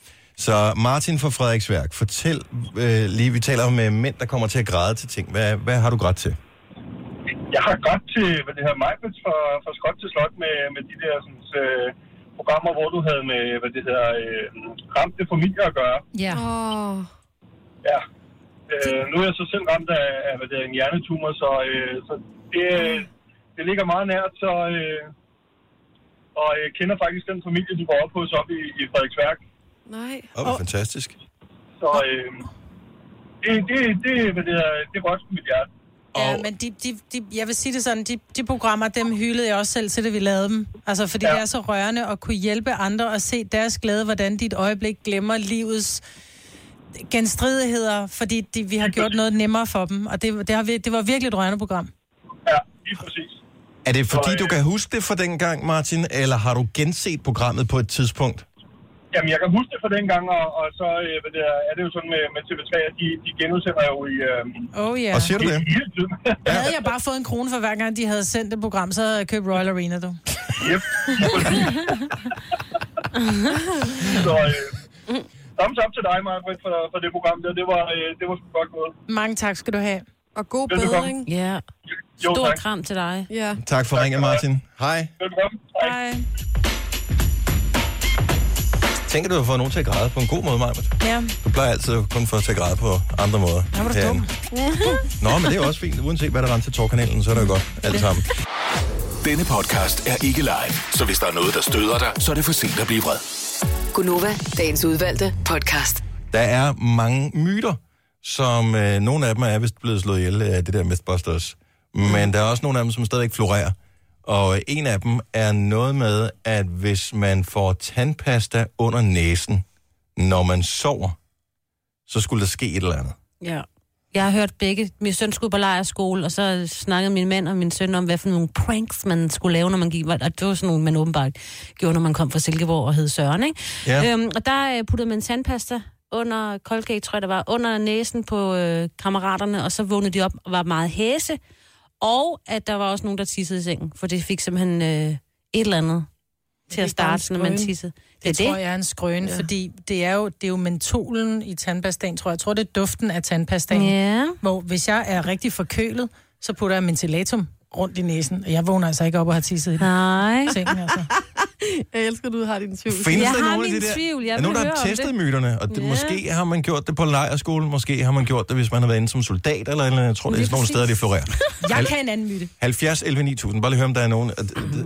Så Martin fra Frederiksværk, fortæl øh, lige, vi taler om øh, mænd, der kommer til at græde til ting. Hvad, hvad har du grædt til? Jeg har godt til, hvad det her, Majbets fra, fra Skot til Slot med, med de der sådan, øh, programmer, hvor du havde med, hvad det hedder, øh, ramte familier at gøre. Ja. Oh. Ja. Øh, nu er jeg så selv ramt af, af hvad det er, en hjernetumor, så, øh, så det, øh, Mm. det ligger meget nært, så, øh, og jeg kender faktisk den familie, du går op hos op i, i Frederiksværk. Nej. Åh, oh, fantastisk. Så øh, det, det, det, hvad det, er, det er godt mit hjerte. Ja, men de, de, de, jeg vil sige det sådan, de, de programmer, dem hyldede jeg også selv til, det vi lavede dem. Altså, fordi ja. det er så rørende at kunne hjælpe andre og se deres glæde, hvordan de et øjeblik glemmer livets genstridigheder, fordi de, vi har gjort noget nemmere for dem. Og det, det, har vi, det var virkelig et rørende program. Ja, lige præcis. Er det fordi, du kan huske det fra dengang, Martin, eller har du genset programmet på et tidspunkt? Jamen, jeg kan huske det fra dengang, og, og så øh, hvad det er, er det jo sådan med, med TV3, at de, de genudsender jo i... Øh, Oh yeah. Og siger du det? Hele tiden. Havde jeg bare fået en krone for hver gang, de havde sendt et program, så havde jeg købt Royal Arena, du. Yep. så øh, thumbs up til dig, Margaret, for, for det program der. Det var, øh, det var sgu godt gået. Mange tak skal du have. Og god Velbekomme. bedring. Ja. Jo, Stor tak. kram til dig. Ja. Tak for ringen, Martin. Hej. Velbekomme. Hej. Tænker du, at du har fået nogen til at græde på en god måde, Maja? Ja. Du plejer altid kun for at tage græde på andre måder. Nå, var du herinde. dum. Nå, men det er jo også fint. Uanset hvad der renser tårkanalen, så er det jo godt alt sammen. Denne podcast er ikke live, så hvis der er noget, der støder dig, så er det for sent at blive vred. Gunova, dagens udvalgte podcast. Der er mange myter, som øh, nogle af dem er vist blevet slået ihjel af det der Mythbusters. Men der er også nogle af dem, som stadigvæk florerer. Og øh, en af dem er noget med, at hvis man får tandpasta under næsen, når man sover, så skulle der ske et eller andet. Ja. Jeg har hørt begge. Min søn skulle på lejerskole, og så snakkede min mand og min søn om, hvad for nogle pranks man skulle lave, når man gik. Og det var sådan nogle, man åbenbart gjorde, når man kom fra Silkeborg og hed Søren, ikke? Ja. Øhm, og der øh, puttede man sandpasta under Colgate, tror jeg, der var, under næsen på øh, kammeraterne, og så vågnede de op og var meget hæse. Og at der var også nogen, der tissede i sengen, for det fik simpelthen øh, et eller andet til at starte, når man tissede. Det, det tror jeg er en skrøne, ja. fordi det er, jo, det er jo mentolen i tandpastaen, tror jeg. Jeg tror, det er duften af tandpastaen. Ja. Hvor hvis jeg er rigtig forkølet, så putter jeg mentolatum rundt i næsen, og jeg vågner altså ikke op og har tisset i den. Nej. Sengen, altså. Jeg elsker, at du har din tvivl. Findes der nogen af de der? er nogen, der har testet myterne, og det, Ja. måske har man gjort det på lejerskolen, måske har man gjort det, hvis man har været inde som soldat, eller, et eller andet. jeg tror, det er Lige sådan nogle præcis. steder, det florerer. Jeg kan en anden myte. 70, 11, 9000. Bare lige høre, om der er nogen.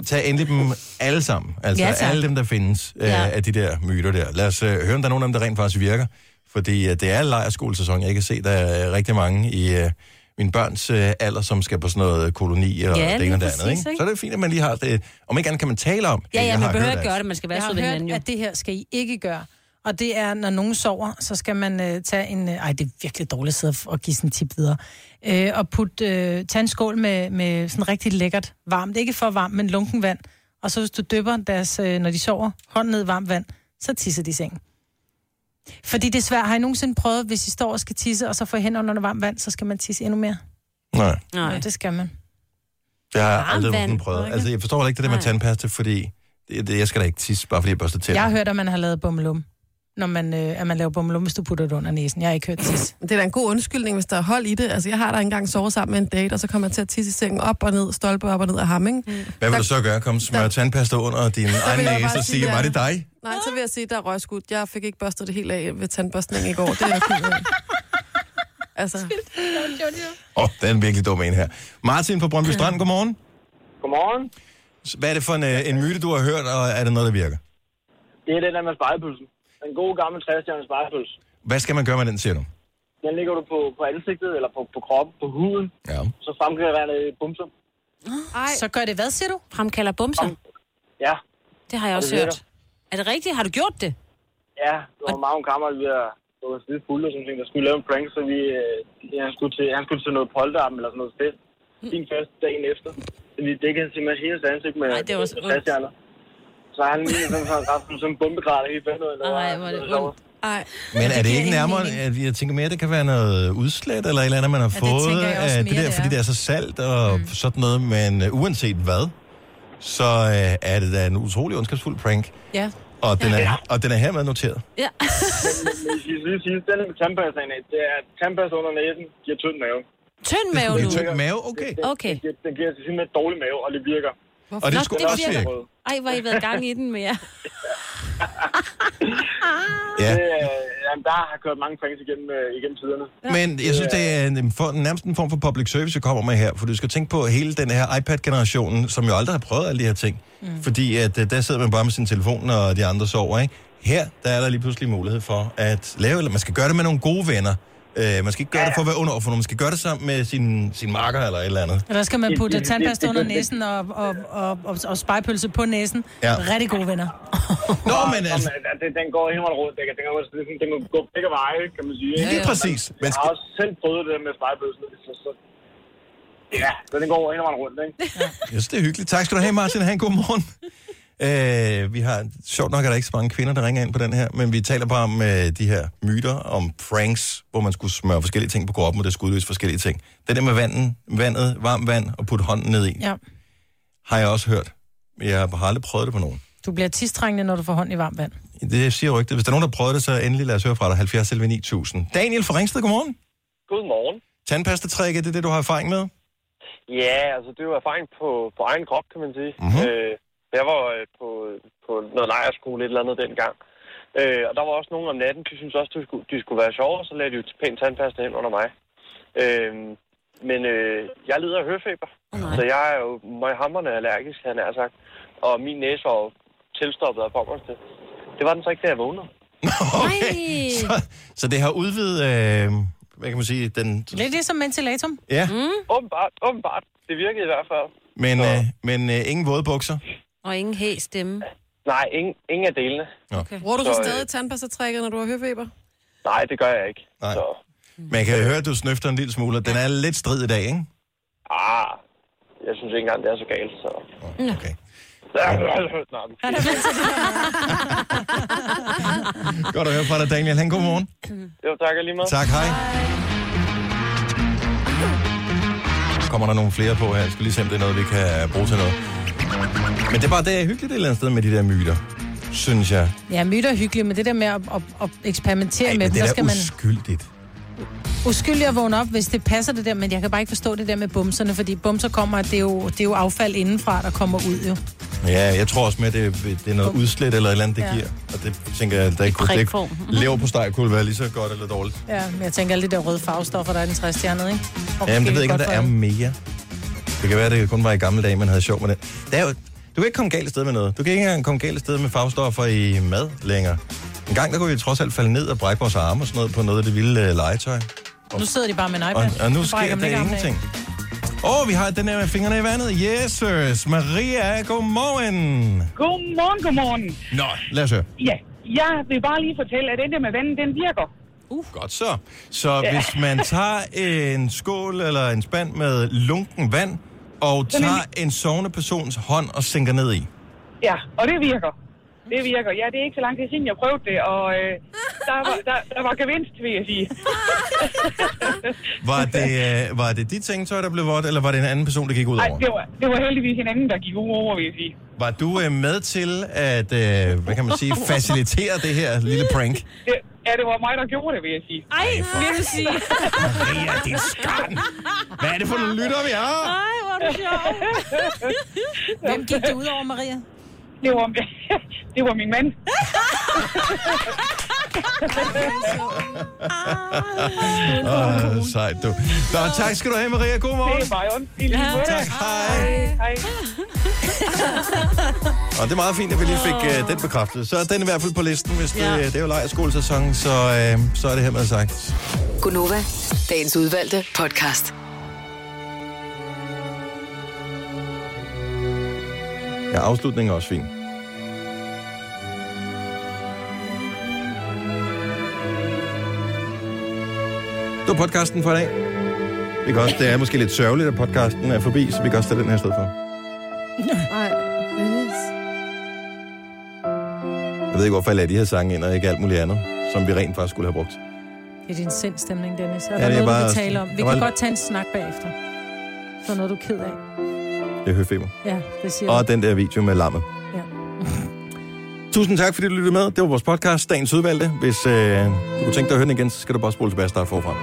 Tag endelig dem alle sammen. Altså Ja, ja, tak. alle dem, der findes Ja. ja. øh, af de der myter der. Lad os øh, høre, om der er nogen af dem, der rent faktisk virker. Fordi øh, det er lejerskolesæson. Jeg kan se, der er rigtig mange i øh, mine børns øh, alder, som skal på sådan noget øh, koloni og Ja, det lige ene og det præcis, andet. Ikke? ikke? Så er det fint, at man lige har det. Om ikke andet kan man tale om. Ja, "Hey, ja, jeg man har behøver hørt ikke af gøre det." det, man skal være jeg har sød ved hinanden, hørt, jo. at det her skal I ikke gøre. Og det er, når nogen sover, så skal man øh, tage en... Øh, ej, det er virkelig dårligt at sidde og- og give sådan en tip videre. Øh, og put, øh, tage en skål med, med sådan rigtig lækkert varmt. Ikke for varmt, men lunken vand. Og så hvis du døber deres, øh, når de sover, hånden ned i varmt vand, så tisser de i sengen. Fordi desværre har I nogensinde prøvet, hvis I står og skal tisse, og så får hænder under varmt vand, så skal man tisse endnu mere. Nej, Nej, ja, det skal man. det har jeg Varmt aldrig vand, vand, prøvet. ikke? Altså, jeg forstår heller ikke det der med Nej. tandpasta, fordi det, det, jeg skal da ikke tisse, bare fordi jeg børster tænder. Jeg har hørt, at man har lavet bummelum. Når man, øh, at man laver bummelum, hvis du putter det under næsen. Jeg har ikke hørt tis. Det er da en god undskyldning, hvis der er hold i det. Altså, jeg har da engang sovet sammen med en date, og så kommer jeg til at tisse i sengen op og ned, stolpe op og ned af ham, ikke? Mm. Hvad vil du så gøre? Kom, smør tandpasta under din egen jeg næse bare og sige, sige, ja. var det dig? Nej, så vil jeg sige, der er røgskud. Jeg fik ikke børstet det helt af ved tandbørstningen i går. Det er jeg ked af. Altså. Åh, oh, det er en virkelig dum en her. Martin fra Brøndby Strand, godmorgen. Godmorgen. Hvad er det for en, øh, en myte, du har hørt, og er det noget, der virker? Det er den der med spejepølsen. Den gode gamle 60 spejepølse. Hvad skal man gøre med den, siger du? Den ligger du på, på ansigtet, eller på, på kroppen, på huden. Ja. Så fremkalder den bumser. Ej. Så gør det hvad, siger du? Fremkalder bumser? Ja. Det har jeg Og også det hørt. Er det rigtigt? Har du gjort det? Ja, det var meget om kammer, vi har det var skide fulde og sådan ting. Der skulle lave en prank, så vi, øh, han, skulle til, han skulle til noget polterappen eller sådan noget fest. Mm. Din fest dagen efter. Så vi dækkede simpelthen hendes ansigt med, Ej, det var så med ondt. plaststjerner. Så han lige sådan, sådan, sådan, sådan en bombegrad i vandet. Nej, hvor det ondt. Ej. Men er det ikke nærmere, at jeg tænker mere, at det kan være noget udslæt, eller et eller andet, man har Ja, det fået tænker jeg også af mere, det der, det fordi er. det er så salt og mm. sådan noget, men øh, uanset hvad, så øh, er det da en utrolig ondskabsfuld prank, Ja. og den er, og den er hermed noteret. Ja. Men hvis vi lige siger, den med tandpastaen af, det er at tandpasta under næsen giver tynd mave. Tynd mave Det er nu? tynd mave, okay. Den, Okay. Den, giver- den giver simpelthen dårlig mave, og det virker. Og det skulle også virker. virke. Ej, hvor har I været gang i den med jer. Ja. Det, øh, jamen, der har kørt mange pranks igennem, øh, igennem tiderne. Men jeg synes, det er en, en for, nærmest en form for public service, jeg kommer med her, for du skal tænke på hele den her iPad-generationen, som jo aldrig har prøvet alle de her ting. Mm. Fordi at, øh, der sidder man bare med sin telefon, og de andre sover, ikke? Her, der er der lige pludselig mulighed for at lave, eller man skal gøre det med nogle gode venner, Øh, man skal ikke gøre ja, ja. det for at være under for nogen. Man skal gøre det sammen med sin, sin marker eller et eller andet. Og der skal man Det- putte det- det- tandpasta det- under det- næsen og, og, og, og, og spejpølse på næsen. Ja. Rigtig gode venner. Nå, men altså... Den, den går hele vejen rundt. Den kan, den kan, den kan, den kan gå begge veje, kan man sige. Lige præcis. Men Jeg har også selv prøvet det der med spejlbøssen. Så, så, ja, så den går hele vejen rundt, ikke? Jeg synes, det er hyggeligt. Tak skal du have, Martin. Ha' en god morgen. Øh, vi har, sjovt nok er der ikke så mange kvinder, der ringer ind på den her, men vi taler bare om øh, de her myter, om pranks, hvor man skulle smøre forskellige ting på kroppen, og det skulle udløse forskellige ting. Det der med vandet, vandet, varmt vand og putte hånden ned i, Ja. har jeg også hørt. Men Jeg har aldrig prøvet det på nogen. Du bliver tidstrængende, når du får hånd i varmt vand. Det siger rygtet. Hvis der er nogen, der prøvede det, så endelig lad os høre fra dig. 70 11 9000. Daniel fra Ringsted, godmorgen. Godmorgen. Tandpastatrækket, det er det, du har erfaring med? Ja, altså det er jo erfaring på, på egen krop, kan man sige. Mm-hmm. Øh, jeg var øh, på, på noget lejerskole et eller andet dengang. Øh, og der var også nogen om natten, de syntes også, de skulle, de skulle være sjove, så lagde de jo pænt tandpasta hen under mig. Øh, men øh, jeg lider af høfeber, så jeg er jo møghamrende allergisk, han er sagt. Og min næse var jo tilstoppet af pommerste. Det var den så ikke, da jeg vågnede. Okay. Så, så det har udvidet, øh, hvad kan man sige, den... Lidt ligesom ventilatum. Ja, Mm. Åbenbart, åbenbart. Det virkede i hvert fald. men, øh, men øh, ingen våde bukser. Og ingen hæs stemme. Nej, ingen, ingen af delene. Okay. Bruger du Så, så øh, stadig tandpastatrækket, når du har høfeber? Nej, det gør jeg ikke. Nej. Man kan høre, at du snøfter en lille smule, og den er lidt strid i dag, ikke? Ah, jeg synes ikke engang, det er så galt, så... Okay. Godt at høre fra dig, Daniel. Han, god morgen. Jo, tak og lige meget. Tak, hej. Kommer der nogle flere på her? Jeg skal lige se, om det er noget, vi kan bruge til noget. Men det er bare, det er hyggeligt et eller andet sted med de der myter, synes jeg. Ja, myter er hyggeligt, men det der med at, at, at eksperimentere Ej, med Men dem, det der er da skal man uskyldigt. uskyldig at vågne op, hvis det passer det der, men jeg kan bare ikke forstå det der med bumserne, fordi bumser kommer, det er jo, det er jo affald indenfra, der kommer ud jo. Ja, jeg tror også med, at det, det er noget udslæt eller et eller andet, det Ja. giver. Og det tænker jeg, der ikke kunne det prikform. lever på steg kunne være lige så godt eller dårligt. Ja, men jeg tænker alle de der røde farvestoffer, der er i den træstjernede, ikke? Og Jamen, det ved måske jeg ikke, om godt der for er alle. mere. Det kan være, det kun var i gamle dage, man havde sjov med det. det er jo, du kan ikke komme galt sted med noget. Du kan ikke engang komme galt sted med farvestoffer i mad længere. En gang, der kunne vi trods alt falde ned og brække vores arme og sådan noget på noget af det vilde øh, legetøj. Nu sidder de bare med en iPad. Og, og nu Så sker brækker man ikke der armen af. ingenting. Åh, oh, vi har den her med fingrene i vandet. Yes, sirs. Maria, godmorgen. Godmorgen, godmorgen. Nå, lad os høre. Ja, jeg vil bare lige fortælle, at den der med vandet, den virker. Uh. Godt så. Så Ja. ja. hvis man tager en skål eller en spand med lunken vand, og Sådan en- tager en sovende persons hånd og sænker ned i. Ja, og det virker. Det virker. Ja, det er ikke så lang tid siden, jeg prøvede det, og øh, der, var, der, der var gevinst, vil jeg sige. Var det, øh, var det dit tænktøj, der blev vådt, eller var det en anden person, der gik ud Nej, over? det var, det var heldigvis en anden, der gik ud over, vil jeg sige. Var du øh, med til at, øh, hvad kan man sige, facilitere det her lille prank? Det, ja, det var mig, der gjorde det, vil jeg sige. Ej, vil du sige? Maria, det er skarn. Hvad er det for nogle lytter, vi har? Ej, hvor er du sjov. Hvem gik det ud over, Maria? Det var, det var min mand. Åh, sejt du. Nå, tak skal du have, Maria. God morgen. Det er Bayon. I lige Ja. måde. Tak, hej. Hej. Og det er meget fint, at vi lige fik øh, den bekræftet. Så er den i hvert fald på listen, hvis det, øh, Ja. det er jo lejerskolesæson, så, øh, så er det hermed sagt. Gunova, dagens udvalgte podcast. Ja, afslutningen er også fin. Det var podcasten for i dag. Vi kan også, det er måske lidt sørgeligt, at podcasten er forbi, så vi kan også tage den her i stedet for. Nej, please. Jeg ved ikke, hvorfor jeg lagde de her sange ind, og ikke alt muligt andet, som vi rent faktisk skulle have brugt. Det er din sindstemning, Dennis. Er Ja, der det er noget, du bare- vil tale om? Vi jeg kan var- godt tage en snak bagefter. Så er noget, du er ked af. Det er høfeber. Ja, det siger Og den der video med lammet. Ja. Tusind tak, fordi du lyttede med. Det var vores podcast, Dagens Udvalgte. Hvis øh, du kunne tænke dig at høre den igen, så skal du bare spole tilbage og starte forfra.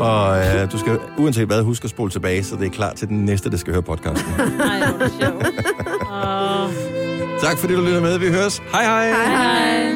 Og øh, du skal uanset hvad huske at spole tilbage, så det er klar til den næste, der skal høre podcasten. Ej, hvor er du sjov. Åh. tak fordi du lyttede med. Vi høres. Hej hej. Hej.